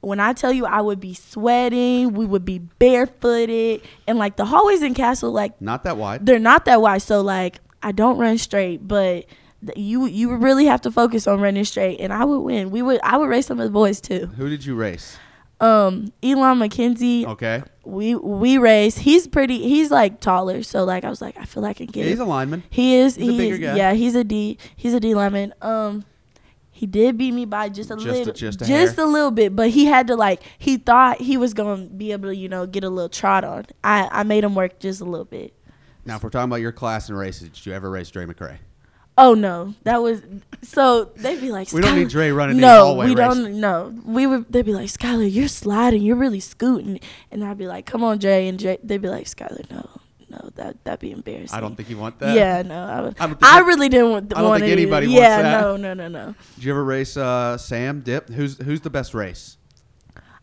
When I tell you I would be sweating, we would be barefooted, and like the hallways in Castle, like Not that wide. they're not that wide. So like I don't run straight, but th- you you would really have to focus on running straight, and I would win. We would I would race some of the boys too. Who did you race? Um, Elon McKenzie, Okay. we we race. He's pretty. He's like taller, so like I was like I feel like I can Yeah, get. he's it. a lineman. He is. He's a he bigger is, guy. Yeah, he's a D. He's a D lineman. Um, he did beat me by just a Just a- little, just a hair. little bit, but he had to like. He thought he was gonna be able to, you know, get a little trot on. I I made him work just a little bit. Now, if we're talking about your class and races, did you ever race Dre McRae? Oh no, that was so. They'd be like, We don't "Skylar, need Dre running in No, hallway we race." don't. No, we would. They'd be like, Skylar, you're sliding. You're really scooting. And I'd be like, Come on, Dre. And Dre, they'd be like, Skylar, no, no, that that'd be embarrassing. I don't think you want that. Yeah, no, I, would, I I, don't think- really didn't want. I don't want think it either. anybody wants yeah, that. no, no, no, no. Did you ever race uh, Sam Dip? Who's who's the best race?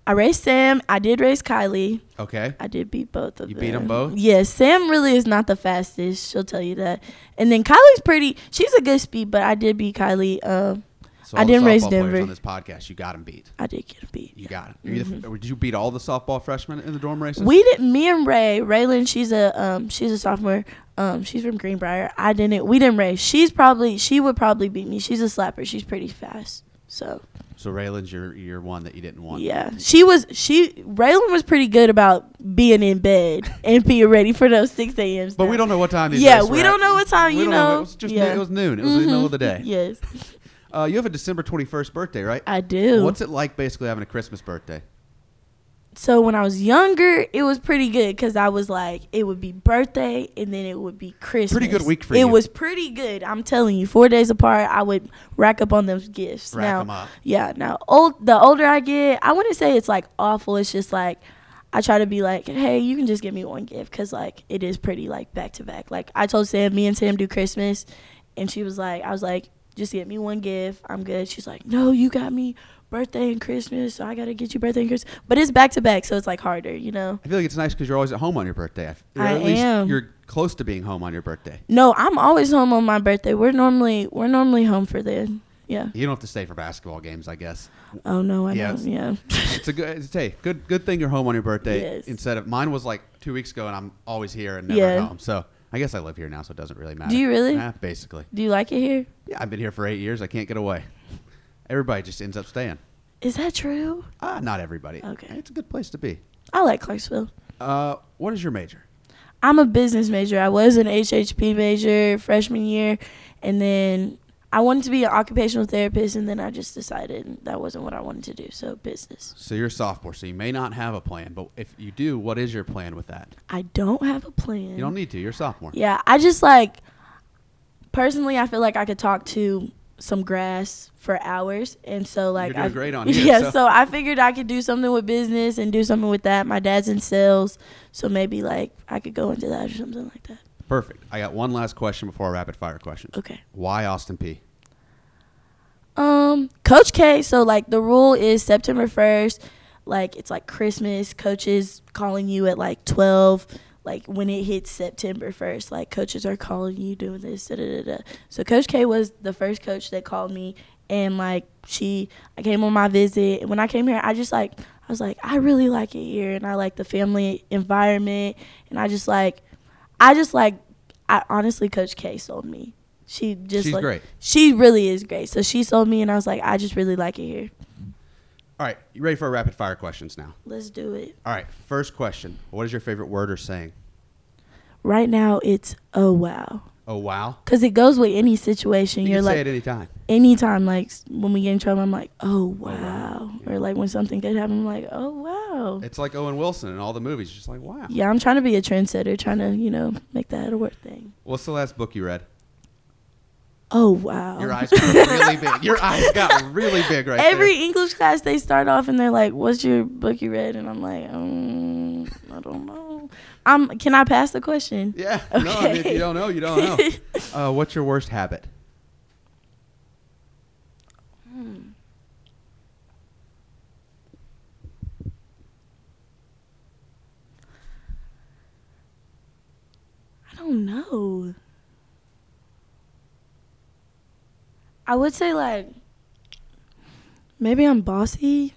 I raced Sam. I did race Kylie. Okay. I did beat both of You them. beat 'em both? Yeah, Sam really is not the fastest. She'll tell you that. And then Kylie's pretty. She's a good speed, but I did beat Kylie. Um, So I all the didn't race softball players Denver. On this podcast, you got him beat. I did get a beat. You got him. Are you the f- did you beat all the softball freshmen in the dorm races? We did. Me and Ray, Raylan. She's a um, she's a sophomore. Um, she's from Greenbrier. I didn't. We didn't race. She's probably she would probably beat me. She's a slapper. She's pretty fast. So so Raylan's your your one that you didn't want. yeah, she was she Raylan was pretty good about being in bed and being ready for those six a.m. But we don't know what time these Yeah, races we were don't at. know what time. We you don't know, Mm-hmm. It was just yeah. it was noon. It was in the middle of the day. Yes, Uh, you have a December 21st birthday, right? I do. What's it like basically having a Christmas birthday? so when I was younger, it was pretty good because I was like, it would be birthday and then it would be Christmas. good week for it you. It was pretty good. I'm telling you, four days apart, I would rack up on those gifts. Rack now, 'em up. Yeah. Now, old the older I get, I wouldn't say it's like awful. It's just like. I try to be like, hey, you can just give me one gift because like it is pretty like back to back. Like I told Sam, me and Sam do Christmas, and she was like, I was like, just get me one gift, I'm good. She's like, no, you got me birthday and Christmas, so I gotta get you birthday and Christmas. But it's back to back, so it's like harder, you know. I feel like it's nice because you're always at home on your birthday. I f- or I at least am. You're close to being home on your birthday. No, I'm always home on my birthday. We're normally we're normally home for then. Yeah. You don't have to stay for basketball games, I guess. Oh no, I Yes. don't. Yeah. It's a good. It's, hey, good. Good thing you're home on your birthday Yes. instead of mine was like two weeks ago, and I'm always here and never Yeah. home. So I guess I live here now, so it doesn't really matter. you really? Nah, basically. Do you like it here? Yeah, I've been here for eight years. I can't get away. Everybody just ends up staying. Is that true? Ah, not everybody. Okay. It's a good place to be. I like Clarksville. Uh, what is your major? I'm a business major. I was an HHP major freshman year, and then I wanted to be an occupational therapist, and then I just decided that wasn't what I wanted to do. So business. So you're a sophomore, so you may not have a plan, but if you do, what is your plan with that? I don't have a plan. You don't need to. You're a sophomore. Mm. Yeah, I just like personally, I feel like I could talk to some grass for hours, and so like doing I, great on here, Yeah, so- so. I figured I could do something with business and do something with that. My dad's in sales, so maybe like I could go into that or something like that. Perfect. I got one last question before our rapid fire questions. Okay. Why Austin P? Um, Coach K. So like the rule is September first. Like it's like Christmas. Coaches calling you at like twelve. Like when it hits September first, like coaches are calling you doing this. Da, da, da, da. So Coach K was the first coach that called me, and like she, I came on my visit. And when I came here, I just like I was like I really like it here, and I like the family environment, and I just like, I just like, I honestly Coach K sold me. She just She's like great. she really is great. So she sold me, and I was like, I just really like it here. All right, you ready for our rapid fire questions now? Let's do it. All right, first question. What is your favorite word or saying? Right now, it's oh wow, Oh, wow. because it goes with any situation. You You're can like say it anytime. anytime, like s- when we get in trouble, I'm like oh wow, wow. or like when something good happened, I'm like oh wow. It's like Owen Wilson in all the movies. Just like, wow. yeah, I'm trying to be a trendsetter, trying to you know make that a word thing. What's the last book you read? Oh wow. Your eyes got really big. Your eyes got really big right Every there. English class, they start off and they're like, "What's your book you read?" And I'm like, um, "I don't know." Um, can I pass the question? Yeah. No, I mean, if you Okay. don't know, you don't know. uh, what's your worst habit? I don't know. I would say like maybe I'm bossy.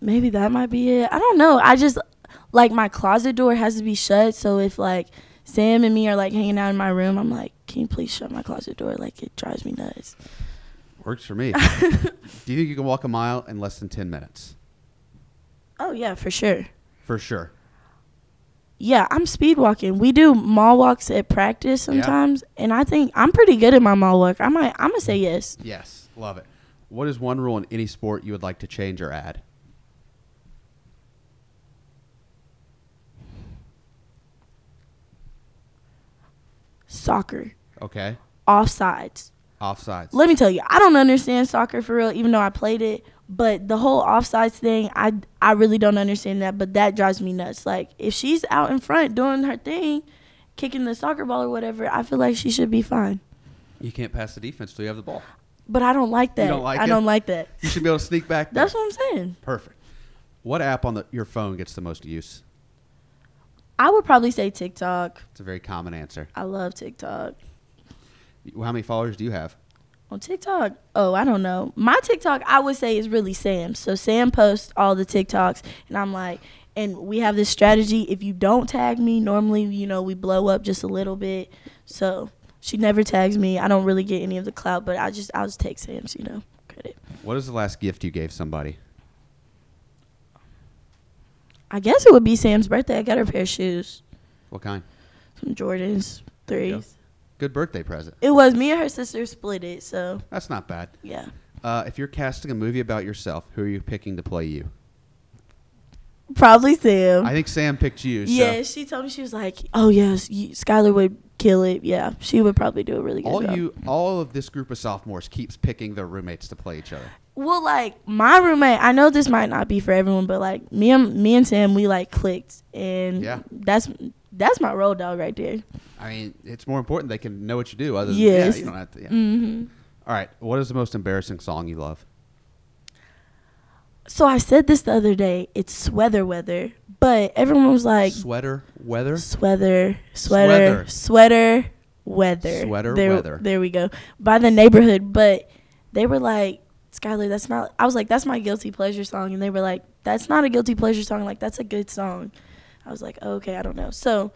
Maybe that might be it. I don't know. I just like my closet door has to be shut, so if like Sam and me are like hanging out in my room. I'm like, can you please shut my closet door? Like it drives me nuts. Works for me. Do you think you can walk a mile in less than 10 minutes? Oh yeah, for sure. For sure. Yeah, I'm speed walking. We do mall walks at practice sometimes, and I think I'm pretty good at my mall walk. I might, I'm gonna say yes. Yes. Love it. What is one rule in any sport you would like to change or add? Soccer, Okay. offsides. Offsides. Let me tell you, I don't understand soccer for real, even though I played it. But the whole offsides thing, I I really don't understand that. But that drives me nuts. Like if she's out in front doing her thing, kicking the soccer ball or whatever, I feel like she should be fine. you can't pass the defense till you have the ball. But I don't like that. You don't like I it? don't like that. You should be able to sneak back. there. That's what I'm saying. Perfect. What app on the, your phone gets the most use? I would probably say TikTok. It's a very common answer. I love TikTok. How many followers do you have? On TikTok, oh, I don't know. My TikTok, I would say, is really Sam. So Sam posts all the TikToks, and I'm like, and we have this strategy. If you don't tag me, normally, you know, we blow up just a little bit. So she never tags me. I don't really get any of the clout, but I just, I'll just take Sam's, you know, credit. What is the last gift you gave somebody? I guess it would be Sam's birthday. I got her a pair of shoes, What kind? some Jordans, threes. Good birthday present. It was me and her sister split it. So That's not bad. yeah, Uh, if you're casting a movie about yourself, who are you picking to play you? probably Sam. I think Sam picked you. So Yeah, she told me she was like, "Oh yes, you, Skylar would kill it. Yeah, she would probably do a really good all job." you, all of this group of sophomores keeps picking their roommates to play each other. well, like my roommate, I know this might not be for everyone, but like me and me and Sam, we like clicked, and Yeah. that's that's my road dog right there. I mean, it's more important they can know what you do. Other than Yes. yeah, you don't have to. Yeah. hmm All right. What is the most embarrassing song you love? So I said this the other day. It's sweater weather, but everyone was like, Sweater weather. sweater, Sweater. sweater, sweater, weather. Sweater there, weather. There we go. By the neighborhood, but they were like, Skylar, that's not. I was like, that's my guilty pleasure song, and they were like, that's not a guilty pleasure song. Like that's a good song. I was like, okay, I don't know. So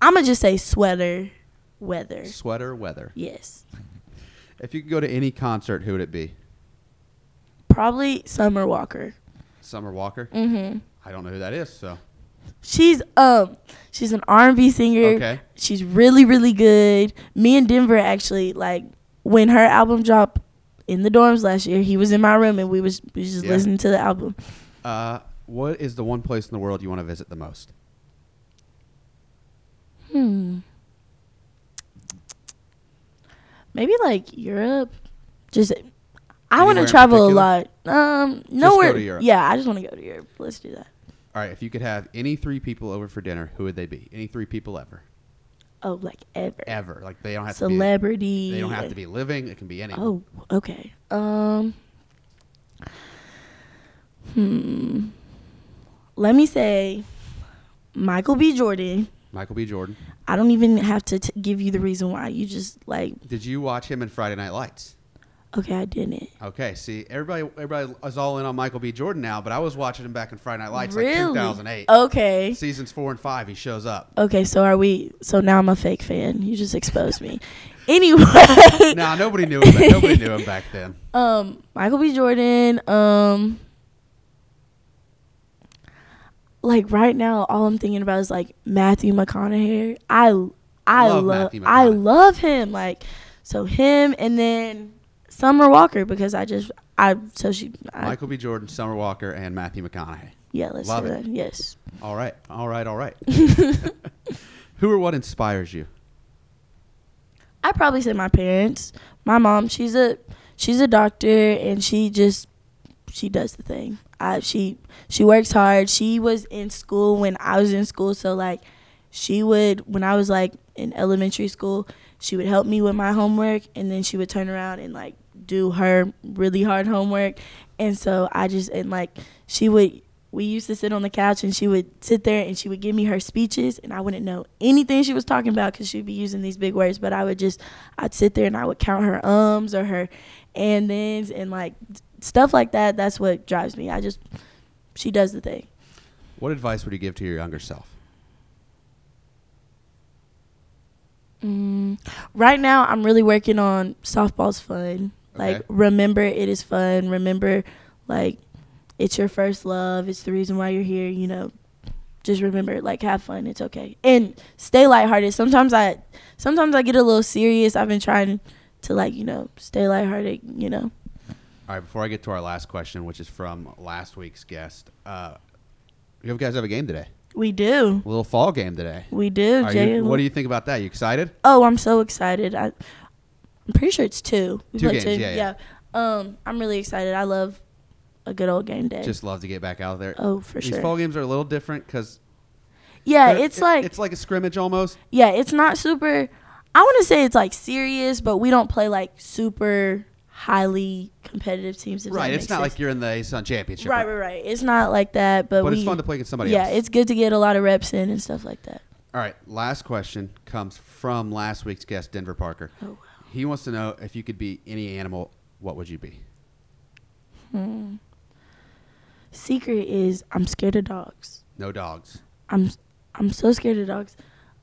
I'm gonna just say sweater, weather. Sweater weather. Yes, If you could go to any concert, who would it be? probably Summer Walker. Summer Walker. Mm-hmm. I don't know who that is. So She's um she's an R and B singer. Okay. She's really really good. Me and Denver actually like when her album dropped in the dorms last year. He was in my room and we was we was just Yeah. listening to the album. Uh, what is the one place in the world you want to visit the most? Hmm. Maybe like Europe. Just I want Anywhere in to travel a particular? lot. Um nowhere. to Europe. Yeah, I just want to go to Europe. Let's do that. All right, if you could have any three people over for dinner, who would they be? Any three people ever, Oh, like ever. ever. Like they don't have to be. Celebrity. They don't have to be living. It can be anyone. Oh, okay. Um, hmm. Let me say, Michael B. Jordan. Michael B. Jordan. I don't even have to t- give you the reason why. You just like, Did you watch him in Friday Night Lights? okay, I didn't. Okay, see, everybody, everybody is all in on Michael B. Jordan now, but I was watching him back in Friday Night Lights, like 2008, Oh. Okay. seasons four and five. He shows up. Okay, so are we? So now I'm a fake fan. You just exposed me. Anyway, now nobody knew him. Back, nobody knew him back then. um, Michael B. Jordan. Um, like right now, all I'm thinking about is like Matthew McConaughey. I I Love love, Matthew I McConaughey. love him. Like so him, and then Summer Walker because I just I so she I, Michael B. Jordan, Summer Walker, and Matthew McConaughey. yeah let's love do it. that yes. All right, all right, all right. Who or what inspires you? I probably say my parents. My mom, she's a she's a doctor and she just she does the thing. I she she works hard. She was in school when I was in school, so like she would when I was like in elementary school, she would help me with my homework and then she would turn around and like do her really hard homework. And so I just and like she would we used to sit on the couch and she would sit there and she would give me her speeches and I wouldn't know anything she was talking about because she'd be using these big words but I would just I'd sit there and I would count her ums or her and thens and like stuff like that that's what drives me I just she does the thing What advice would you give to your younger self? Mm, Right now, I'm really working on softball's fun. Like, Okay. remember it is fun. Remember, like, it's your first love. It's the reason why you're here. You know, just remember, like, have fun. It's okay, and stay lighthearted. Sometimes I, sometimes I get a little serious. I've been trying to like, you know, stay lighthearted. You know, All right, before I get to our last question, which is from last week's guest, uh, you guys have a game today, we do, a little fall game today. we do. Are Jay. you, what do you think about that? You excited? Oh, I'm so excited. I, I'm pretty sure it's two. We Two play games, yeah, yeah. Um, I'm really excited. I love a good old game day. Just love to get back out there. oh, for These sure. fall games are a little different because yeah, it's like it's like a scrimmage almost. yeah, it's not super. I want to say it's like serious, but we don't play like super highly competitive teams. If that Right, it's makes not sense. like you're in the ASUN championship. right, right, right. It's not like that, but, But we, it's fun to play against somebody yeah, else. it's good to get a lot of reps in and stuff like that. All right, last question comes from last week's guest, Denver Parker. Oh, wow. He wants to know if you could be any animal, what would you be? Secret is I'm scared of dogs. No dogs. I'm I'm so scared of dogs.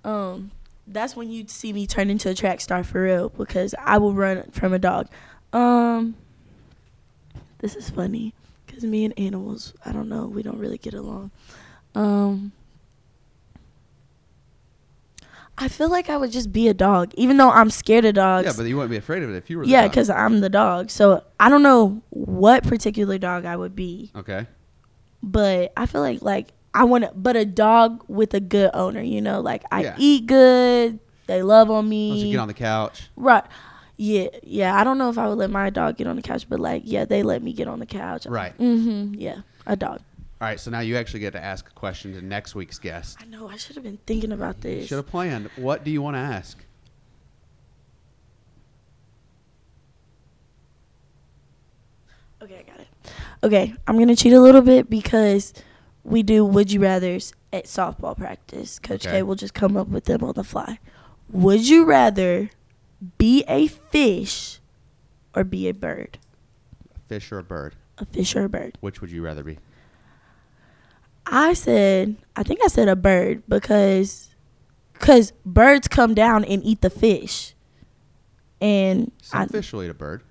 Um, that's when you'd see me turn into a track star for real because I will run from a dog. Um, this is funny because me and animals, I don't know, we don't really get along. Um, I feel like I would just be a dog, even though I'm scared of dogs. Yeah, but you wouldn't be afraid of it if you were. Yeah, the dog. because I'm the dog, so I don't know what particular dog I would be Okay. but I feel like like I want to, but a dog with a good owner, you know, like I Yeah. eat good, they love on me, Once you get on the couch, right? Yeah, yeah. I don't know if I would let my dog get on the couch, but like, yeah, they let me get on the couch. Right. Mm-hmm. Yeah, a dog. All right, so now you actually get to ask a question to next week's guest. I know. I should have been thinking about this. Should have planned. What do you want to ask? Okay, I got it. Okay, I'm gonna cheat a little bit because we do would you rather's at softball practice. Coach Okay. K will just come up with them on the fly. Would you rather be a fish or be a bird? A fish or a bird? A fish or a bird? Which would you rather be? I said I think I said a bird because cause birds come down and eat the fish. And Some I, fish will eat a bird.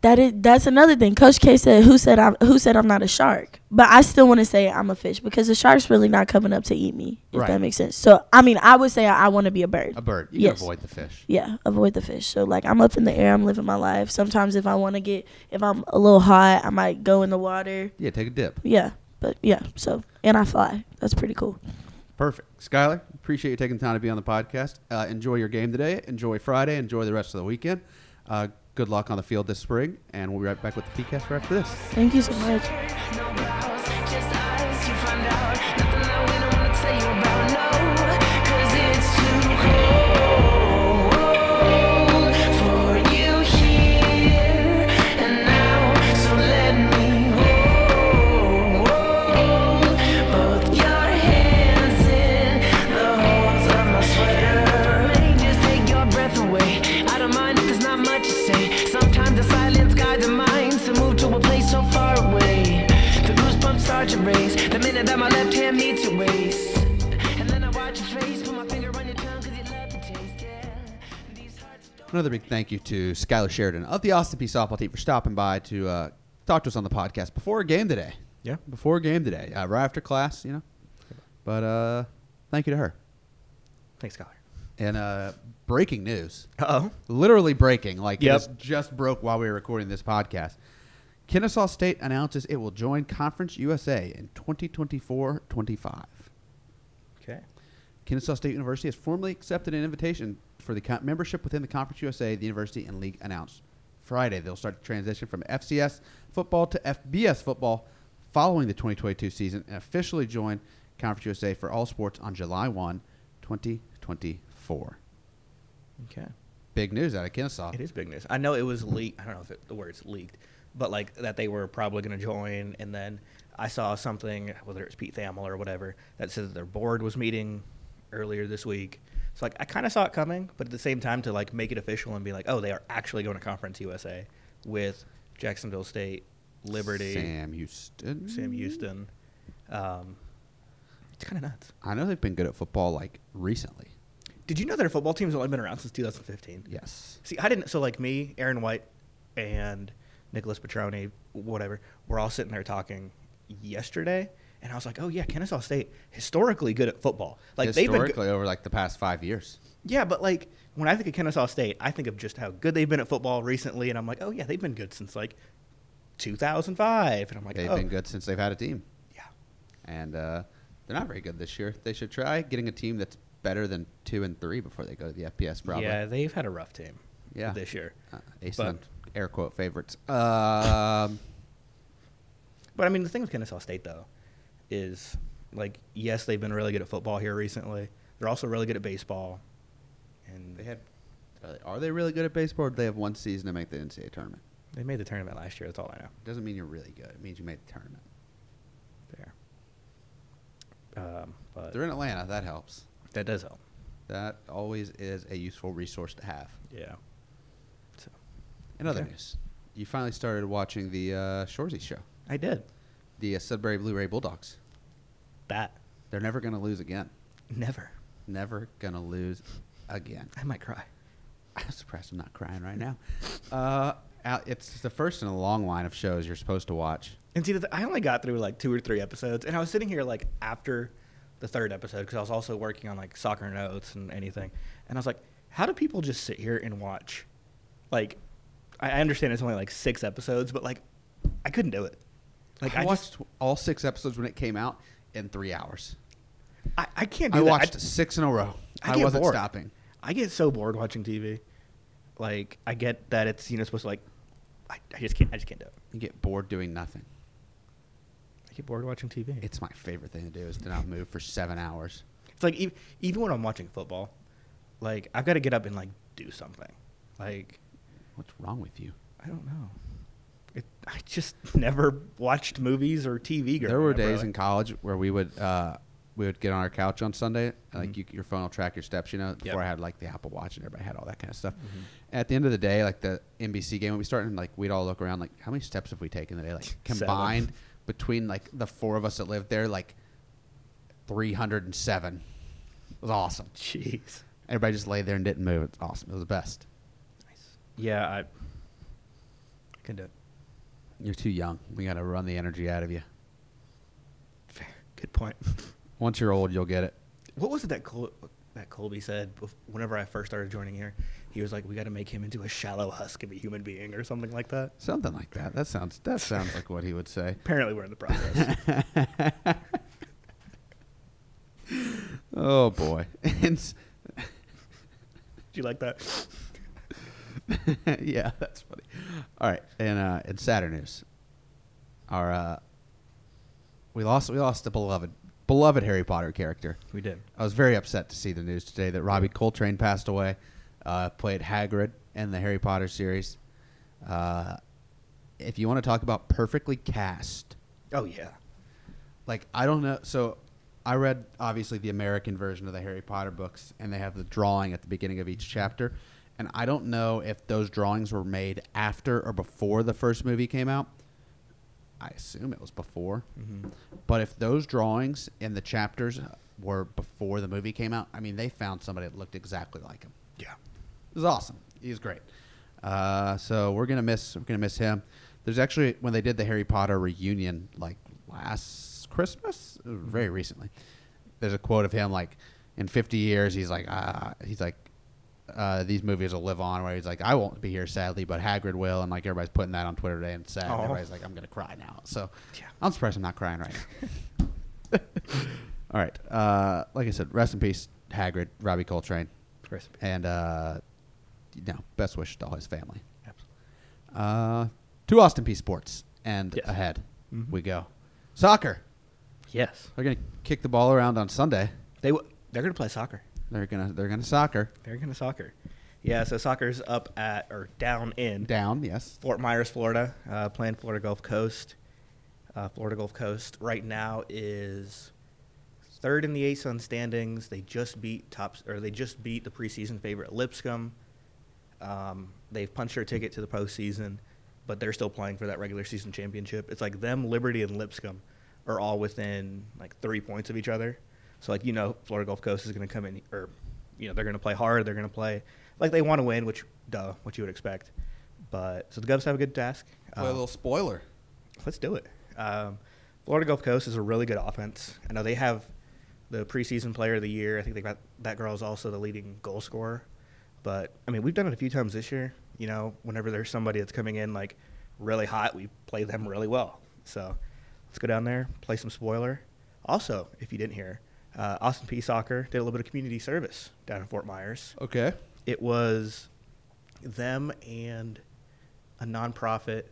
That is that's another thing. Coach K said, "Who said I'm who said I'm not a shark?" But I still want to say I'm a fish because the shark's really not coming up to eat me. If Right. that makes sense. So I mean, I would say I, I want to be a bird. A bird. You Yes. can avoid the fish. yeah, avoid the fish. So like I'm up in the air, I'm living my life. Sometimes if I want to get if I'm a little hot, I might go in the water. Yeah, take a dip. Yeah, but yeah. So and I fly. That's pretty cool. Perfect. Skylar, appreciate you taking the time to be on the podcast. Uh, enjoy your game today. Enjoy Friday. Enjoy the rest of the weekend. Uh, good luck on the field this spring, and we'll be right back with the PCAST right after this. Thank you so much. No brows, just eyes to find out. Nothing that we don't wanna tell you about, no, 'cause it's too cold for you here and now. So let me hold both your hands in the holes of my sweater. Just take your breath away. I don't mind if there's not much to say. Sometimes the silence guides our minds to move to a place so far away. The goosebumps start to race the minute that my left hand meets your waist. And then I watch your face, put my finger on your tongue 'cause you love the taste. Yeah. These hearts don't- Another big thank you to Skylar Sheridan of the Austin P softball team for stopping by to uh, talk to us on the podcast before a game today. Yeah. Before a game today, uh, right after class, you know. But uh, thank you to her. Thanks, Scholar. And uh, breaking news. Uh oh. literally breaking. Like Yep. it just, just broke while we were recording this podcast. Kennesaw State announces it will join Conference USA in 2024-25. Okay. Kennesaw State University has formally accepted an invitation for the co- membership within the Conference USA. The university and league announced Friday they'll start the transition from FCS football to FBS football following the 2022 season and officially join Conference USA for all sports on July 1, 2024. Okay. Big news out of Kennesaw. It is big news. I know it was leaked. I don't know if it, the word's leaked, but like that they were probably going to join. And then I saw something, whether it's Pete Thamel or whatever, that said that their board was meeting earlier this week. So like I kind of saw it coming, but at the same time to like make it official and be like, oh, they are actually going to Conference USA with Jacksonville State, Liberty, Sam, Sam Houston. Houston. Um, it's kind of nuts. I know they've been good at football like recently. Did you know their football team's only been around since 2015? Yes. See, I didn't. So like me, Aaron White, and Nicholas Petroni, whatever, we're all sitting there talking yesterday, and I was like, oh yeah, Kennesaw State historically good at football. Like they've been. historically go- over like the past five years. Yeah, but like when I think of Kennesaw State, I think of just how good they've been at football recently, and I'm like, oh yeah, they've been good since like 2005, and I'm like, They've oh been good since they've had a team, yeah. and uh, they're not very good this year. They should try getting a team that's better than two and three before they go to the FBS. Probably. Yeah, they've had a rough team. Yeah. This year. Uh, ace But- on air quote favorites. Um, But I mean, the thing with Kennesaw State though is like, yes, they've been really good at football here recently. They're also really good at baseball, and they had. Are they, are they really good at baseball? Or do they have one season to make the NCAA tournament? they made the tournament last year. That's all I know. It doesn't mean you're really good. It means you made the tournament. There. Um, but They're in Atlanta. That helps. that does help. That always is a useful resource to have. Yeah. So In other Okay. news, you finally started watching the uh, Shorzy show, I did the uh, Sudbury Blu-ray Bulldogs. that. They're never going to lose again. Never. Never going to lose again. I might cry. I'm surprised I'm not crying right now. Uh, Al- it's the first in a long line of shows you're supposed to watch. And see, the th- I only got through like two or three episodes, and I was sitting here like after the third episode because I was also working on like soccer notes and anything, and I was like, how do people just sit here and watch? Like, I I understand it's only like six episodes, but like, I couldn't do it. Like, I, I, just watched all six episodes when it came out in three hours. I, I can't. Do I that. watched six in a row. I, get wasn't bored. stopping. I get so bored watching TV. Like, I get that it's you know supposed to like, I, I just can't. I just can't do it. You get bored doing nothing. I get bored watching TV. It's my favorite thing to do is to not move for seven hours. It's like even, even when I'm watching football, like I've got to get up and like do something. Like What's wrong with you? I don't know. It, I just never watched movies or TV. There growing were up, days really. in college where we would uh, we would get on our couch on Sunday, and, like you, your phone will track your steps. You know, before I had like the Apple Watch and everybody had all that kind of stuff. At the end of the day, like the NBC game would be starting, like we'd all look around, like how many steps have we taken today? Like Seven. combined between like the four of us that lived there, like three hundred and seven. It was awesome. Jeez. Everybody just laid there and didn't move. It's awesome. It was the best. Nice. Yeah, I, I can do it. You're too young. We got to run the energy out of you. Fair. Good point. Once you're old, you'll get it. what was it that Col- that Colby said bef- whenever I first started joining here? He was like, "We got to make him into a shallow husk of a human being" or something like that. Something like that. That sounds that sounds like what he would say. Apparently, we're in the process. Oh boy. And s- Do you like that? yeah, that's funny. All right, and uh, and Saturn news. Our uh, we lost we lost a beloved beloved Harry Potter character. We did. I was very upset to see the news today that Robbie Coltrane passed away. Uh, played Hagrid in the Harry Potter series. Uh, if you want to talk about perfectly cast, Oh yeah. like I don't know. So I read obviously the American version of the Harry Potter books, and they have the drawing at the beginning of each chapter. And I don't know if those drawings were made after or before the first movie came out. I assume it was before. But if those drawings and the chapters were before the movie came out, I mean, they found somebody that looked exactly like him. Yeah. It was awesome. He was great. Uh, so we're gonna miss we're gonna miss him. There's actually when they did the Harry Potter reunion like last Christmas, uh, very Mm-hmm. recently. There's a quote of him like, in 50 years he's like ah he's like uh, these movies will live on where he's like I won't be here sadly, but Hagrid will, and like everybody's putting that on Twitter today and it's sad. and Aw. everybody's like I'm gonna cry now. So Yeah. I'm surprised I'm not crying right now. All right, uh, like I said, rest in peace, Hagrid, Robbie Coltrane Recipe. and uh, you know, best wishes to all his family. Absolutely. Uh, to Austin P Sports and Yes. ahead Mhm. we go. Soccer. Yes. They're gonna kick the ball around on Sunday. They w- they're gonna play soccer. They're gonna they're gonna soccer They're gonna soccer. Yeah, so soccer's up at or down in down. Yes. Fort Myers, Florida, uh, playing Florida Gulf Coast. Uh, Florida Gulf Coast right now is third in the ASUN standings. They just beat tops or they just beat the preseason favorite Lipscomb. Um, they've punched their ticket to the postseason, but they're still playing for that regular season championship. It's like them, Liberty, and Lipscomb are all within like three points of each other. So like you know, Florida Gulf Coast is going to come in, or you know they're going to play hard. They're going to play like they want to win, which duh, what you would expect. But so the Govs have a good task. Play a Um, little spoiler. Let's do it. Um, Florida Gulf Coast is a really good offense. I know they have the preseason player of the year. I think they got that girl is also the leading goal scorer. But I mean, we've done it a few times this year. You know, whenever there's somebody that's coming in like really hot, we play them really well. So let's go down there, play some spoiler. Also, if you didn't hear, uh, Austin P Soccer did a little bit of community service down in Fort Myers Okay. it was them and a nonprofit.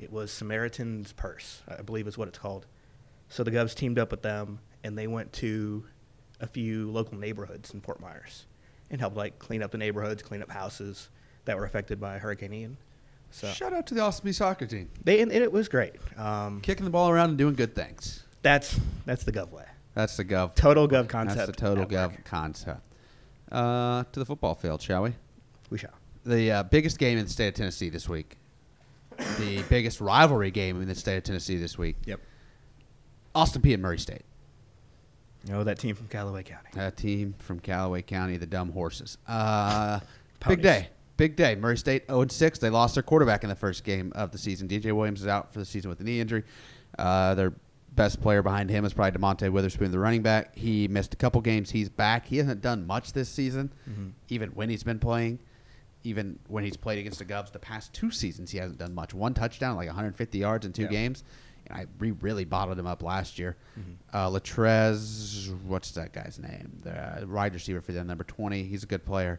It was Samaritan's Purse, I believe is what it's called. So the Govs teamed up with them, and they went to a few local neighborhoods in Fort Myers and helped like clean up the neighborhoods, clean up houses that were affected by Hurricane Ian. So Shout out to the Austin B soccer team. they and it was great. Um, Kicking the ball around and doing good things. that's that's the Gov way. That's the gov. Total Gov concept. That's the total at work. gov concept. Uh, to the football field, shall we? We shall. The uh, biggest game in the state of Tennessee this week. the biggest rivalry game in the state of Tennessee this week. Yep. Austin P and Murray State. Oh, that team from Callaway County. A team from Callaway County, the Dumb Horses. Uh, big Ponies. day. Big day. Murray State 0 6. They lost their quarterback in the first game of the season. DJ Williams is out for the season with a knee injury. Uh, their best player behind him is probably DeMonte Witherspoon, the running back. He missed a couple games. He's back. He hasn't done much this season, Mm-hmm. even when he's been playing. Even when he's played against the Govs the past two seasons, he hasn't done much. One touchdown, like 150 yards in two Yeah. games. And I we really bottled him up last year. Uh, Latrez, what's that guy's name? The uh, wide receiver for them, number 20. He's a good player.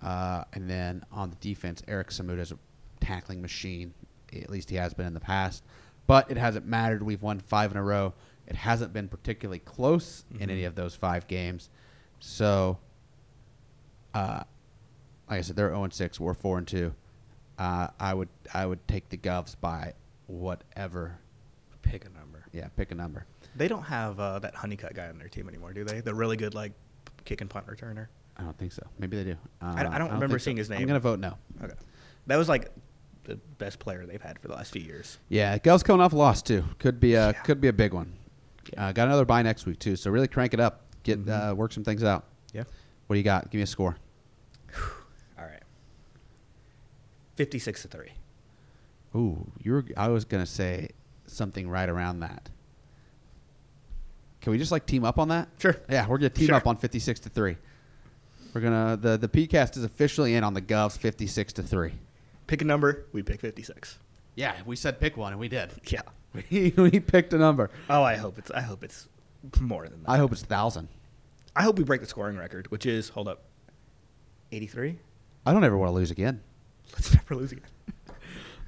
Uh, and then on the defense, Eric Samuda is a tackling machine. At least he has been in the past. But it hasn't mattered. We've won five in a row. It hasn't been particularly close in any of those five games. So, uh, like I said, they're 0 6. We're 4 and 2. Uh, I would I would take the Govs by whatever. Pick a number. Yeah, pick a number. They don't have uh, that honeycutt guy on their team anymore, do they? The really good like kick and punt returner. I don't think so. Maybe they do. Uh, I don't remember think so. seeing his I'm name. gonna vote no. Okay, that was like the best player they've had for the last few years. Yeah, Gels coming off a loss too. Could be a Yeah. could be a big one. Yeah. Uh, got another bye next week too. So really crank it up. Get Mhm. uh, work some things out. Yeah. What do you got? Give me a score. All right. Fifty-six to three. Ooh, you were. I was gonna say something right around that. Can we just like team up on that? Sure. Yeah, we're gonna team Sure. up on fifty six to three. We're gonna the the PCast is officially in on the Govs fifty six to three. Pick a number. We pick fifty-six. Yeah, we said pick one and we did. Yeah. we, we picked a number. Oh, I hope it's. I hope it's more than that. I hope it's thousand. I hope we break the scoring record, which is hold up, eighty-three. I don't ever want to lose again. Let's never lose again.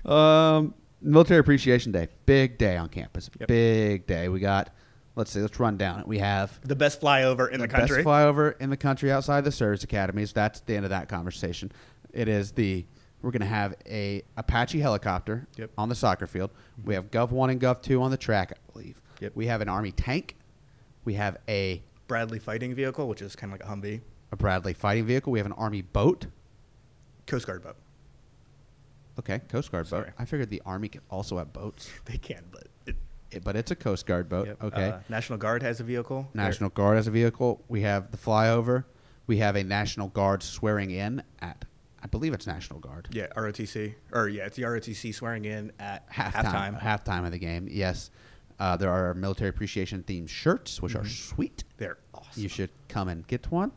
Um, Military Appreciation Day, big day on campus, Yep. big day. We got, let's see, let's run down it. We have The best flyover in the, country. best flyover in the country outside the service academies. That's the end of that conversation. It is the we're going to have a Apache helicopter Yep. on the soccer field. We have Gov One and Gov Two on the track, I believe. Yep. We have an Army tank. We have a Bradley fighting vehicle, which is kind of like a Humvee, a Bradley fighting vehicle. We have an Army boat. Coast Guard boat. Okay, Coast Guard boat. Sorry. I figured the Army could also have boats, They can, but it, It- but it's a Coast Guard boat. Yep. Okay. Uh, National Guard has a vehicle. They're- National Guard as a vehicle. We have the flyover. We have a National Guard swearing in at, I believe it's National Guard. yeah, ROTC. Or, yeah, it's the ROTC swearing in at Halftime. halftime. Halftime of the game, yes. Uh, there are military appreciation themed shirts, which are sweet. They're Mm-hmm. awesome. You should come and get one.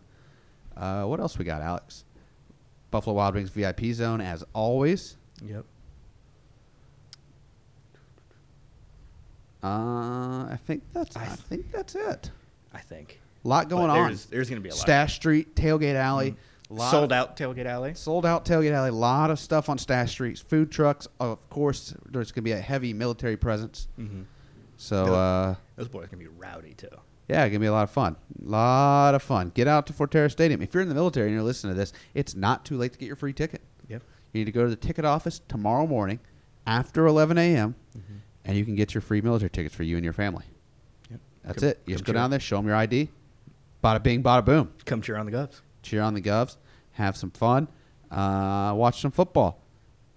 Uh, what else we got, Alex? Buffalo Wild Wings VIP zone, as always. Yep. Uh, I think that's I, I- think that's it. I think. A lot going But on. There's, there's going to be a lot. Mm-hmm. Stash Street, Tailgate Alley. lot of- Sold out tailgate alley. Sold out tailgate alley. A lot of stuff on Stash Streets. Food trucks, of course. There's going to be a heavy military presence. Mhm. So Good. uh, Those boys going to be rowdy, too. yeah, it's going to be a lot of fun. lot of fun. Get out to Forterra Stadium. If you're in the military and you're listening to this, it's not too late to get your free ticket. Yep. You need to go to the ticket office tomorrow morning after 11 a.m. and you can get your free military tickets for you and your family. Yep. That's Come- it. You just go come down cheer- there, show them your ID. Bada bing, bada boom. Come cheer on the Govs. cheer on the Govs, have some fun, uh, watch some football.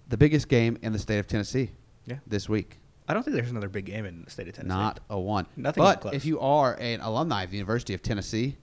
The biggest game in the state of Tennessee Yeah. this week. I don't think there's another big game in the state of Tennessee. Not a one. Nothing but close. if you are an alumni of the University of Tennessee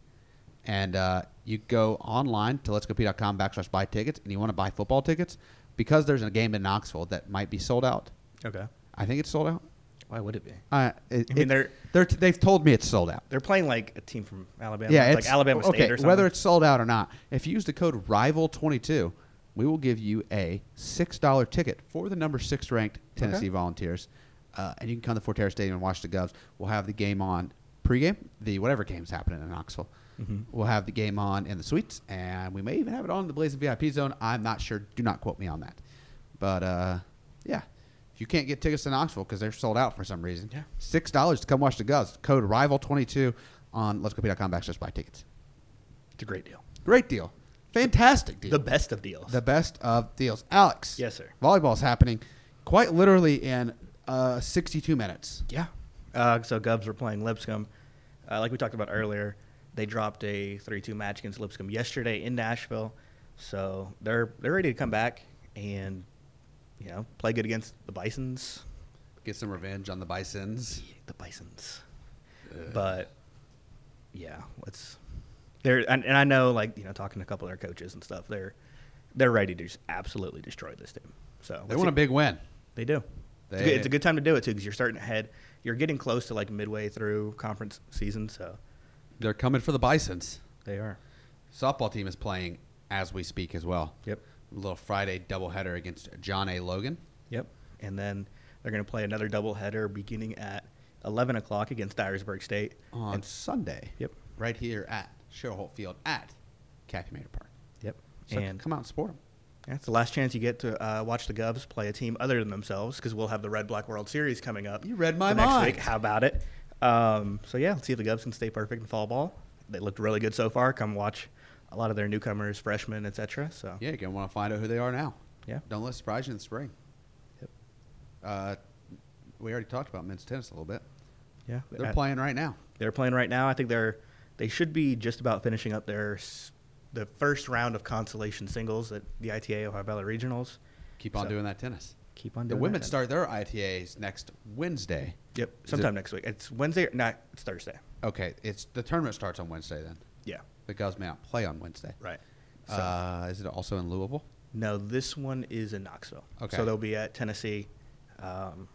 and uh, you go online to letsgopee.com backslash buy tickets and you want to buy football tickets because there's a game in Knoxville that might be sold out. Okay. I think it's sold out. Why would it be? Uh, it, I mean, it- they're- they're t- they've told me it's sold out. They're playing like a team from Alabama. yeah, It's like Alabama State okay, or something. Whether it's sold out or not, if you use the code RIVAL22, we will give you a $6 ticket for the number six ranked Tennessee Okay. Volunteers. Uh, and you can come to Forterra Stadium and watch the Govs. We'll have the game on pregame, the whatever game's happening in Knoxville. Mm-hmm. We'll have the game on in the suites, and we may even have it on in the Blazing VIP zone. I'm not sure. Do not quote me on that. But uh, yeah, if you can't get tickets to Knoxville because they're sold out for some reason, Yeah. six dollars to come watch the Govs. Code Rival22 on Let'sGoPay.com backslash buy tickets. it's a great deal. Great deal. Fantastic deal. The best of deals. The best of deals. Alex. Yes, sir. Volleyball's happening quite literally in uh, 62 minutes. Yeah. Uh, so Gubs were playing Lipscomb. Uh, like we talked about earlier, they dropped a 3-2 match against Lipscomb yesterday in Nashville. So they're they're ready to come back and you know play good against the Bison's. Get some revenge on the Bisons. The Bison's. But yeah, let's. They're and, and I know like you know talking to a couple of their coaches and stuff. They're they're ready to just absolutely destroy this team. So They let's want see. a big win. They do. It's, a They- good, it's a good time to do it too because you're starting ahead. You're getting close to like midway through conference season, so They're coming for the Bisons. they are. Softball team is playing as we speak as well. Yep. A little Friday doubleheader against John A. Logan. Yep. And then they're going to play another doubleheader beginning at 11 o'clock against Dyersburg State. on And- Sunday. Yep. Right here at Sherholt Field at Kathy Mater Park. yep. So and come out and support them. that's the last chance you get to uh, watch the Govs play a team other than themselves because we'll have the Red Black World Series coming up. You read my the next mind. Week. How about it? Um, so yeah, let's see if the Govs can stay perfect in fall ball. They looked really good so far. Come watch a lot of their newcomers, freshmen, etc. So Yeah, you're going to want to find out who they are now. Yeah. Don't let it surprise you in the spring. Yep. Uh, we already talked about men's tennis a little bit. yeah. They're Uh, playing right now. They're playing right now. I think they're they should be just about finishing up their s- the first round of consolation singles at the ITA Ohio Valley Regionals. Keep on So, doing that tennis. Keep on The doing that women then. start their ITAs next Wednesday. Yep, Is it- sometime next week. It's Wednesday. or- Not it's Thursday. Okay, it's the tournament starts on Wednesday then. Yeah, The girls may not play on Wednesday. right. So, Uh, is it also in Louisville? no, this one is in Knoxville. Okay. So they'll be at Tennessee. Um,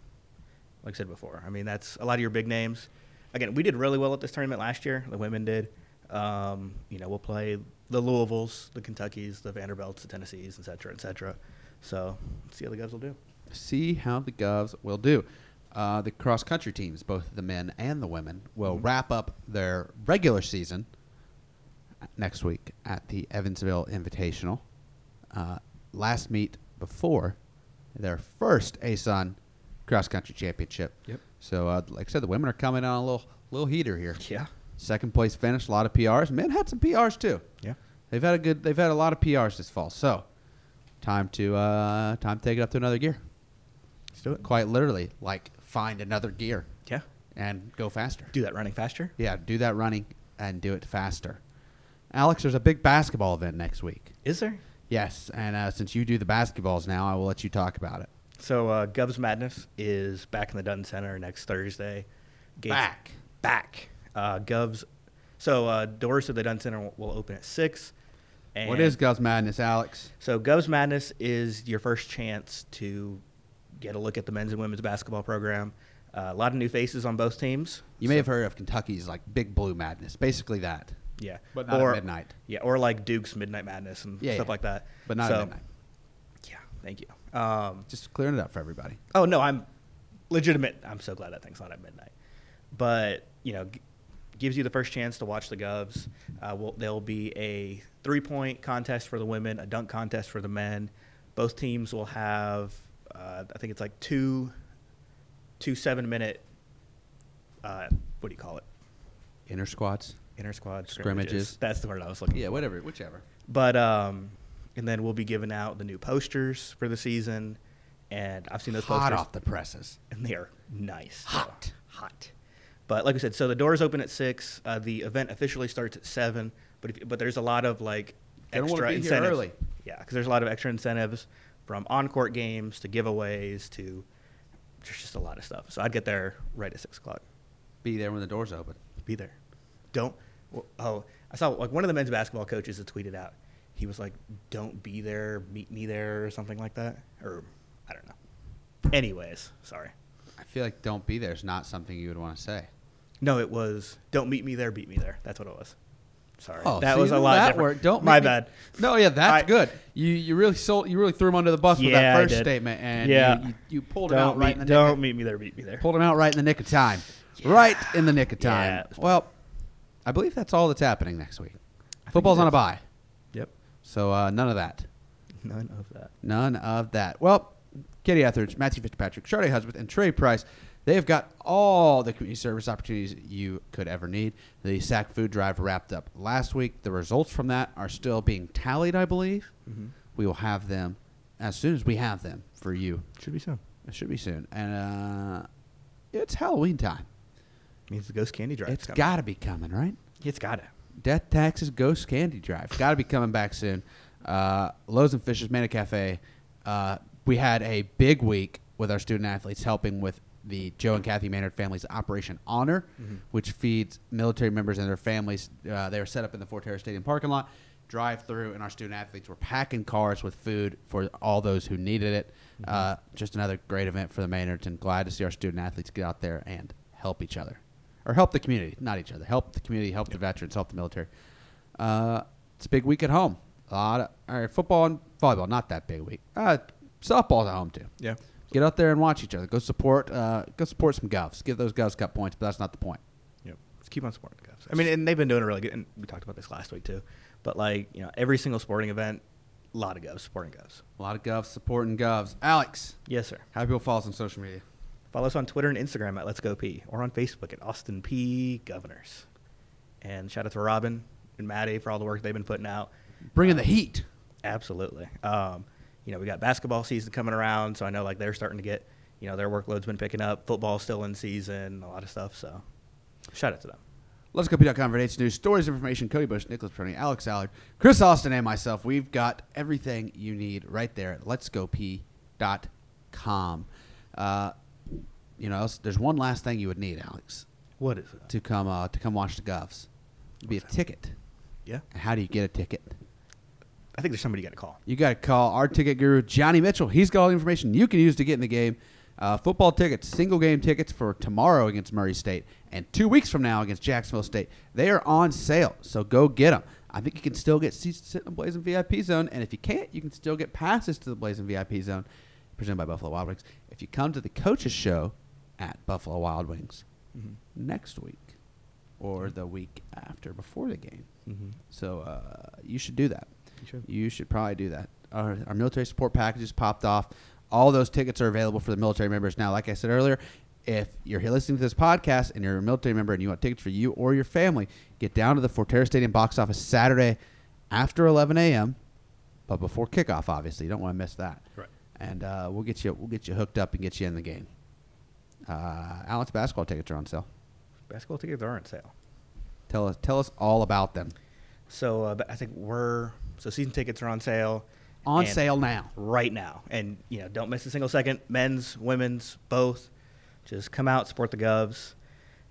like I said before, I mean that's a lot of your big names. Again, we did really well at this tournament last year. The women did. Um, you know, we'll play the Louisvilles, the Kentuckys, the Vanderbilts, the Tennessees, et cetera, et cetera. So let's see how the Govs will do. see how the Govs will do. Uh, the cross country teams, both the men and the women, will Mm-hmm. wrap up their regular season next week at the Evansville Invitational. Uh, last meet before their first ASUN cross country championship. Yep. So, uh, like I said, the women are coming on a little little heater here. Yeah. Second place finish, a lot of PRs. Men had some PRs too. Yeah. They've had a good. They've had a lot of PRs this fall. So, time to uh, time to take it up to another gear. Let's do it. Quite literally, like find another gear Yeah. and go faster. Do that running faster. Yeah, do that running and do it faster. Alex, there's a big basketball event next week. Is there? Yes, and uh, since you do the basketballs now, I will let you talk about it. So uh, Gov's Madness is back in the Dunn Center next Thursday. Back. Back. Uh, Gov's. So uh, doors to the Dunn Center will, will open at six. And what is Gus Madness, Alex? So Gov's Madness is your first chance to get a look at the men's and women's basketball program. Uh, a lot of new faces on both teams. You may have heard of Kentucky's like Big Blue Madness, basically that. Yeah. But not at midnight. Yeah, or like Duke's Midnight Madness and Yeah, stuff yeah. like that. But not at So- midnight. Yeah, thank you. Um, Just clearing it up for everybody. Oh no, I'm legitimate. I'm so glad that thing's not at midnight. But you know, g- gives you the first chance to watch the Govs. Uh, will there'll be a three-point contest for the women, a dunk contest for the men. Both teams will have, uh, I think it's like two, two seven-minute. Uh, what do you call it? Inner squads. Inter squad Scrimmages. That's the word I was looking. Yeah, for. whatever, whichever. But um, and then we'll be giving out the new posters for the season. And I've seen those Hot posters off the presses. and they are nice. Hot. hot. But like I said, so the doors open at six. Uh, the event officially starts at seven. But if, but there's a lot of like They don't wanna extra be here incentives. early. Yeah, because there's a lot of extra incentives from on-court games to giveaways to there's just a lot of stuff. So I'd get there right at six o'clock. Be there when the doors open. Be there. Don't. w- Oh, I saw like one of the men's basketball coaches had tweeted out. He was like, "Don't be there, meet me there," or something like that, or I don't know. Anyways, sorry. I feel like "Don't be there" is not something you would want to say. No, it was "Don't meet me there, beat me there." That's what it was. Sorry, Oh, that so was you a know lot that different. word. Don't my make me- bad. No, yeah, that's I- good. You you really sold you really threw him under the bus with Yeah, that I first did. statement, and Yeah. you, you, you pulled him out Don't right meet, in the nick don't of- meet me there, beat me there. pulled him out right in the nick of time, right in the nick of Yeah, time. it was well, I believe that's all that's happening next week. Football's it on a is. bye, Yep, so uh, none of that. none of that. None of that. Well, Katie Etheridge, Matthew Fitzpatrick, Charlie Husband, and Trey Price, they've got all the community service opportunities you could ever need. The SAC food drive wrapped up last week. The results from that are still being tallied, I believe. We will have them as soon as we have them for you. Should be soon. It should be soon. And uh, it's Halloween time. Means the ghost candy drive. it's got to be coming, right? It's got it. Death Taxes Ghost Candy Drive. Got to be coming back soon. Uh, Lowe's and Fisher's Mana Cafe. Uh, we had a big week with our student athletes helping with the Joe and Kathy Maynard families Operation Honor, which feeds military members and their families. Uh, they were set up in the Fort Harris Stadium parking lot, drive through, and our student athletes were packing cars with food for all those who needed it. Uh, just another great event for the Maynards, and glad to see our student athletes get out there and help each other or help the community, not each other. Help the community, help the veterans, help the military. Uh, it's a big week at home. A lot of all right, football and volleyball, not that big week. Uh, softball's at home too. Yeah. Get out there and watch each other. Go support. Uh, go support some govs. Give those govs cup points, but that's not the point. Yep. Just keep on supporting the Cavs. I mean, and they've been doing a really good. And we talked about this last week too. But like, you know, every single sporting event, a lot of Govs supporting Govs. A lot of govs supporting govs. Alex, Yes, sir. how do people follow us on social media? Follow us on Twitter and Instagram at Let's Go P, or on Facebook at Austin P Governors. And shout out to Robin and Maddie for all the work they've been putting out. Bringing the heat. Absolutely. Um, you know, we got basketball season coming around, so I know like they're starting to get, you know, their workload's been picking up. Football's still in season, a lot of stuff. So, shout out to them. Let's go p.com for today's news, stories, information. Cody Bush, Nicholas Peroni, Alex Allard, Chris Austin, and myself. We've got everything you need right there at Let's Go P.com. Uh, you know, else- there's one last thing you would need, Alex, What is it? to come uh, to come watch the Govs. It'd be a ticket. Yeah, And how do you get a ticket? I think there's somebody you got to call. You got to call our ticket guru, Johnny Mitchell. He's got all the information you can use to get in the game. Uh, football tickets, single game tickets for tomorrow against Murray State and two weeks from now against Jacksonville State. They are on sale, so go get them. I think you can still get seats to sit in the Blazing VIP zone, and if you can't, you can still get passes to the Blazing VIP zone, presented by Buffalo Wild Wings. If you come to the coaches show at Buffalo Wild Wings Mm-hmm. next week or the week after before the game, Mm-hmm. so uh, you should do that. You should. probably do that. Our, our military support packages popped off. All those tickets are available for the military members now. Like I said earlier, if you're here listening to this podcast and you're a military member and you want tickets for you or your family, get down to the Forterra Stadium box office Saturday after 11 a.m. But before kickoff, obviously, you don't want to miss that. Right. And uh, we'll get you we'll get you hooked up and get you in the game. Uh, Alex basketball tickets are on sale. Basketball tickets are on sale. Tell us tell us all about them. So uh, but I think we're so season tickets are on sale. On and- sale now. right now, and you know don't miss a single second. Men's, women's, both. Just come out, support the Govs.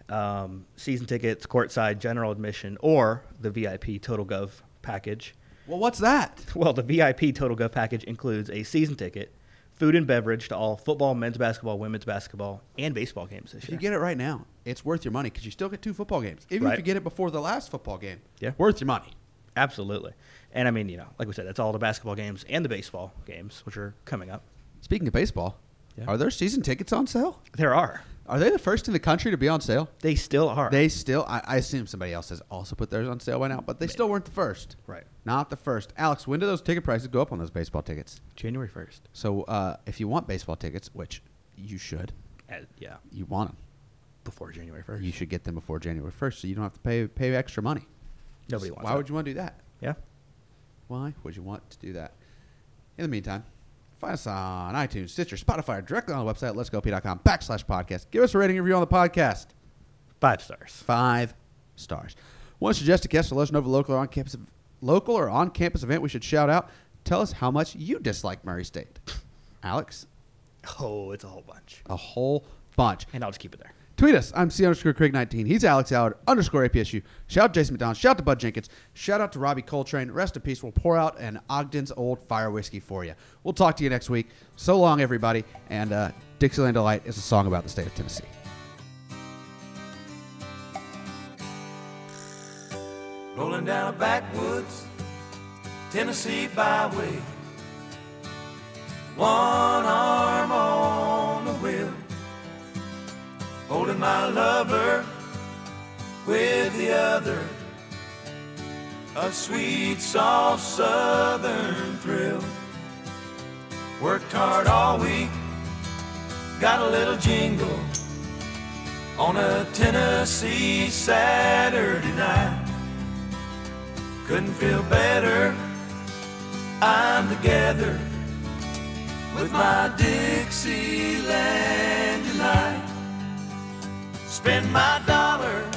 Um, season tickets, courtside, general admission, or the VIP Total Gov package. Well, what's that? Well, the VIP Total Gov package includes a season ticket, food and beverage to all football, men's basketball, women's basketball, and baseball games this If year. you get it right now, it's worth your money because you still get two football games. Even if Right. you get it before the last football game, Yeah. worth your money. Absolutely. And I mean, you know, like we said, that's all the basketball games and the baseball games, which are coming up. Speaking of baseball, Yeah. are there season tickets on sale? There are. Are they the first in the country to be on sale? They still are. They still, I, I assume somebody else has also put theirs on sale by now, but they still weren't the first. Right. Not the first. Alex, when do those ticket prices go up on those baseball tickets? January 1st. So uh, if you want baseball tickets, which you should, As- yeah, you want them. before January 1st. You should get them before January 1st so you don't have to pay, pay extra money. Nobody wants Why that. would you want to do that? Yeah. Why would you want to do that? In the meantime, find us on iTunes, Stitcher, Spotify, or directly on the website, letsgop.com backslash podcast. Give us a rating and review on the podcast. Five stars. Five stars. Want to suggest a guest or let us know of a local or on campus local or on campus event we should shout out. Tell us how much you dislike Murray State. Alex, Oh, it's a whole bunch. a whole bunch. And I'll just keep it there. Tweet us. I'm C underscore Craig 19. He's Alex Howard underscore APSU. Shout out Jason McDonald. Shout out to Bud Jenkins. Shout out to Robbie Coltrane. Rest in peace. We'll pour out an Ogden's Old Fire Whiskey for you. We'll talk to you next week. So long, everybody. And uh, Dixieland Delight is a song about the state of Tennessee. rolling down a backwoods Tennessee byway. One arm on the wheel, holding my lover with the other. A sweet, soft southern thrill. Worked hard all week, got a little jingle on a Tennessee Saturday night couldn't feel better. I'm together with my Dixieland delight. Spend my dollar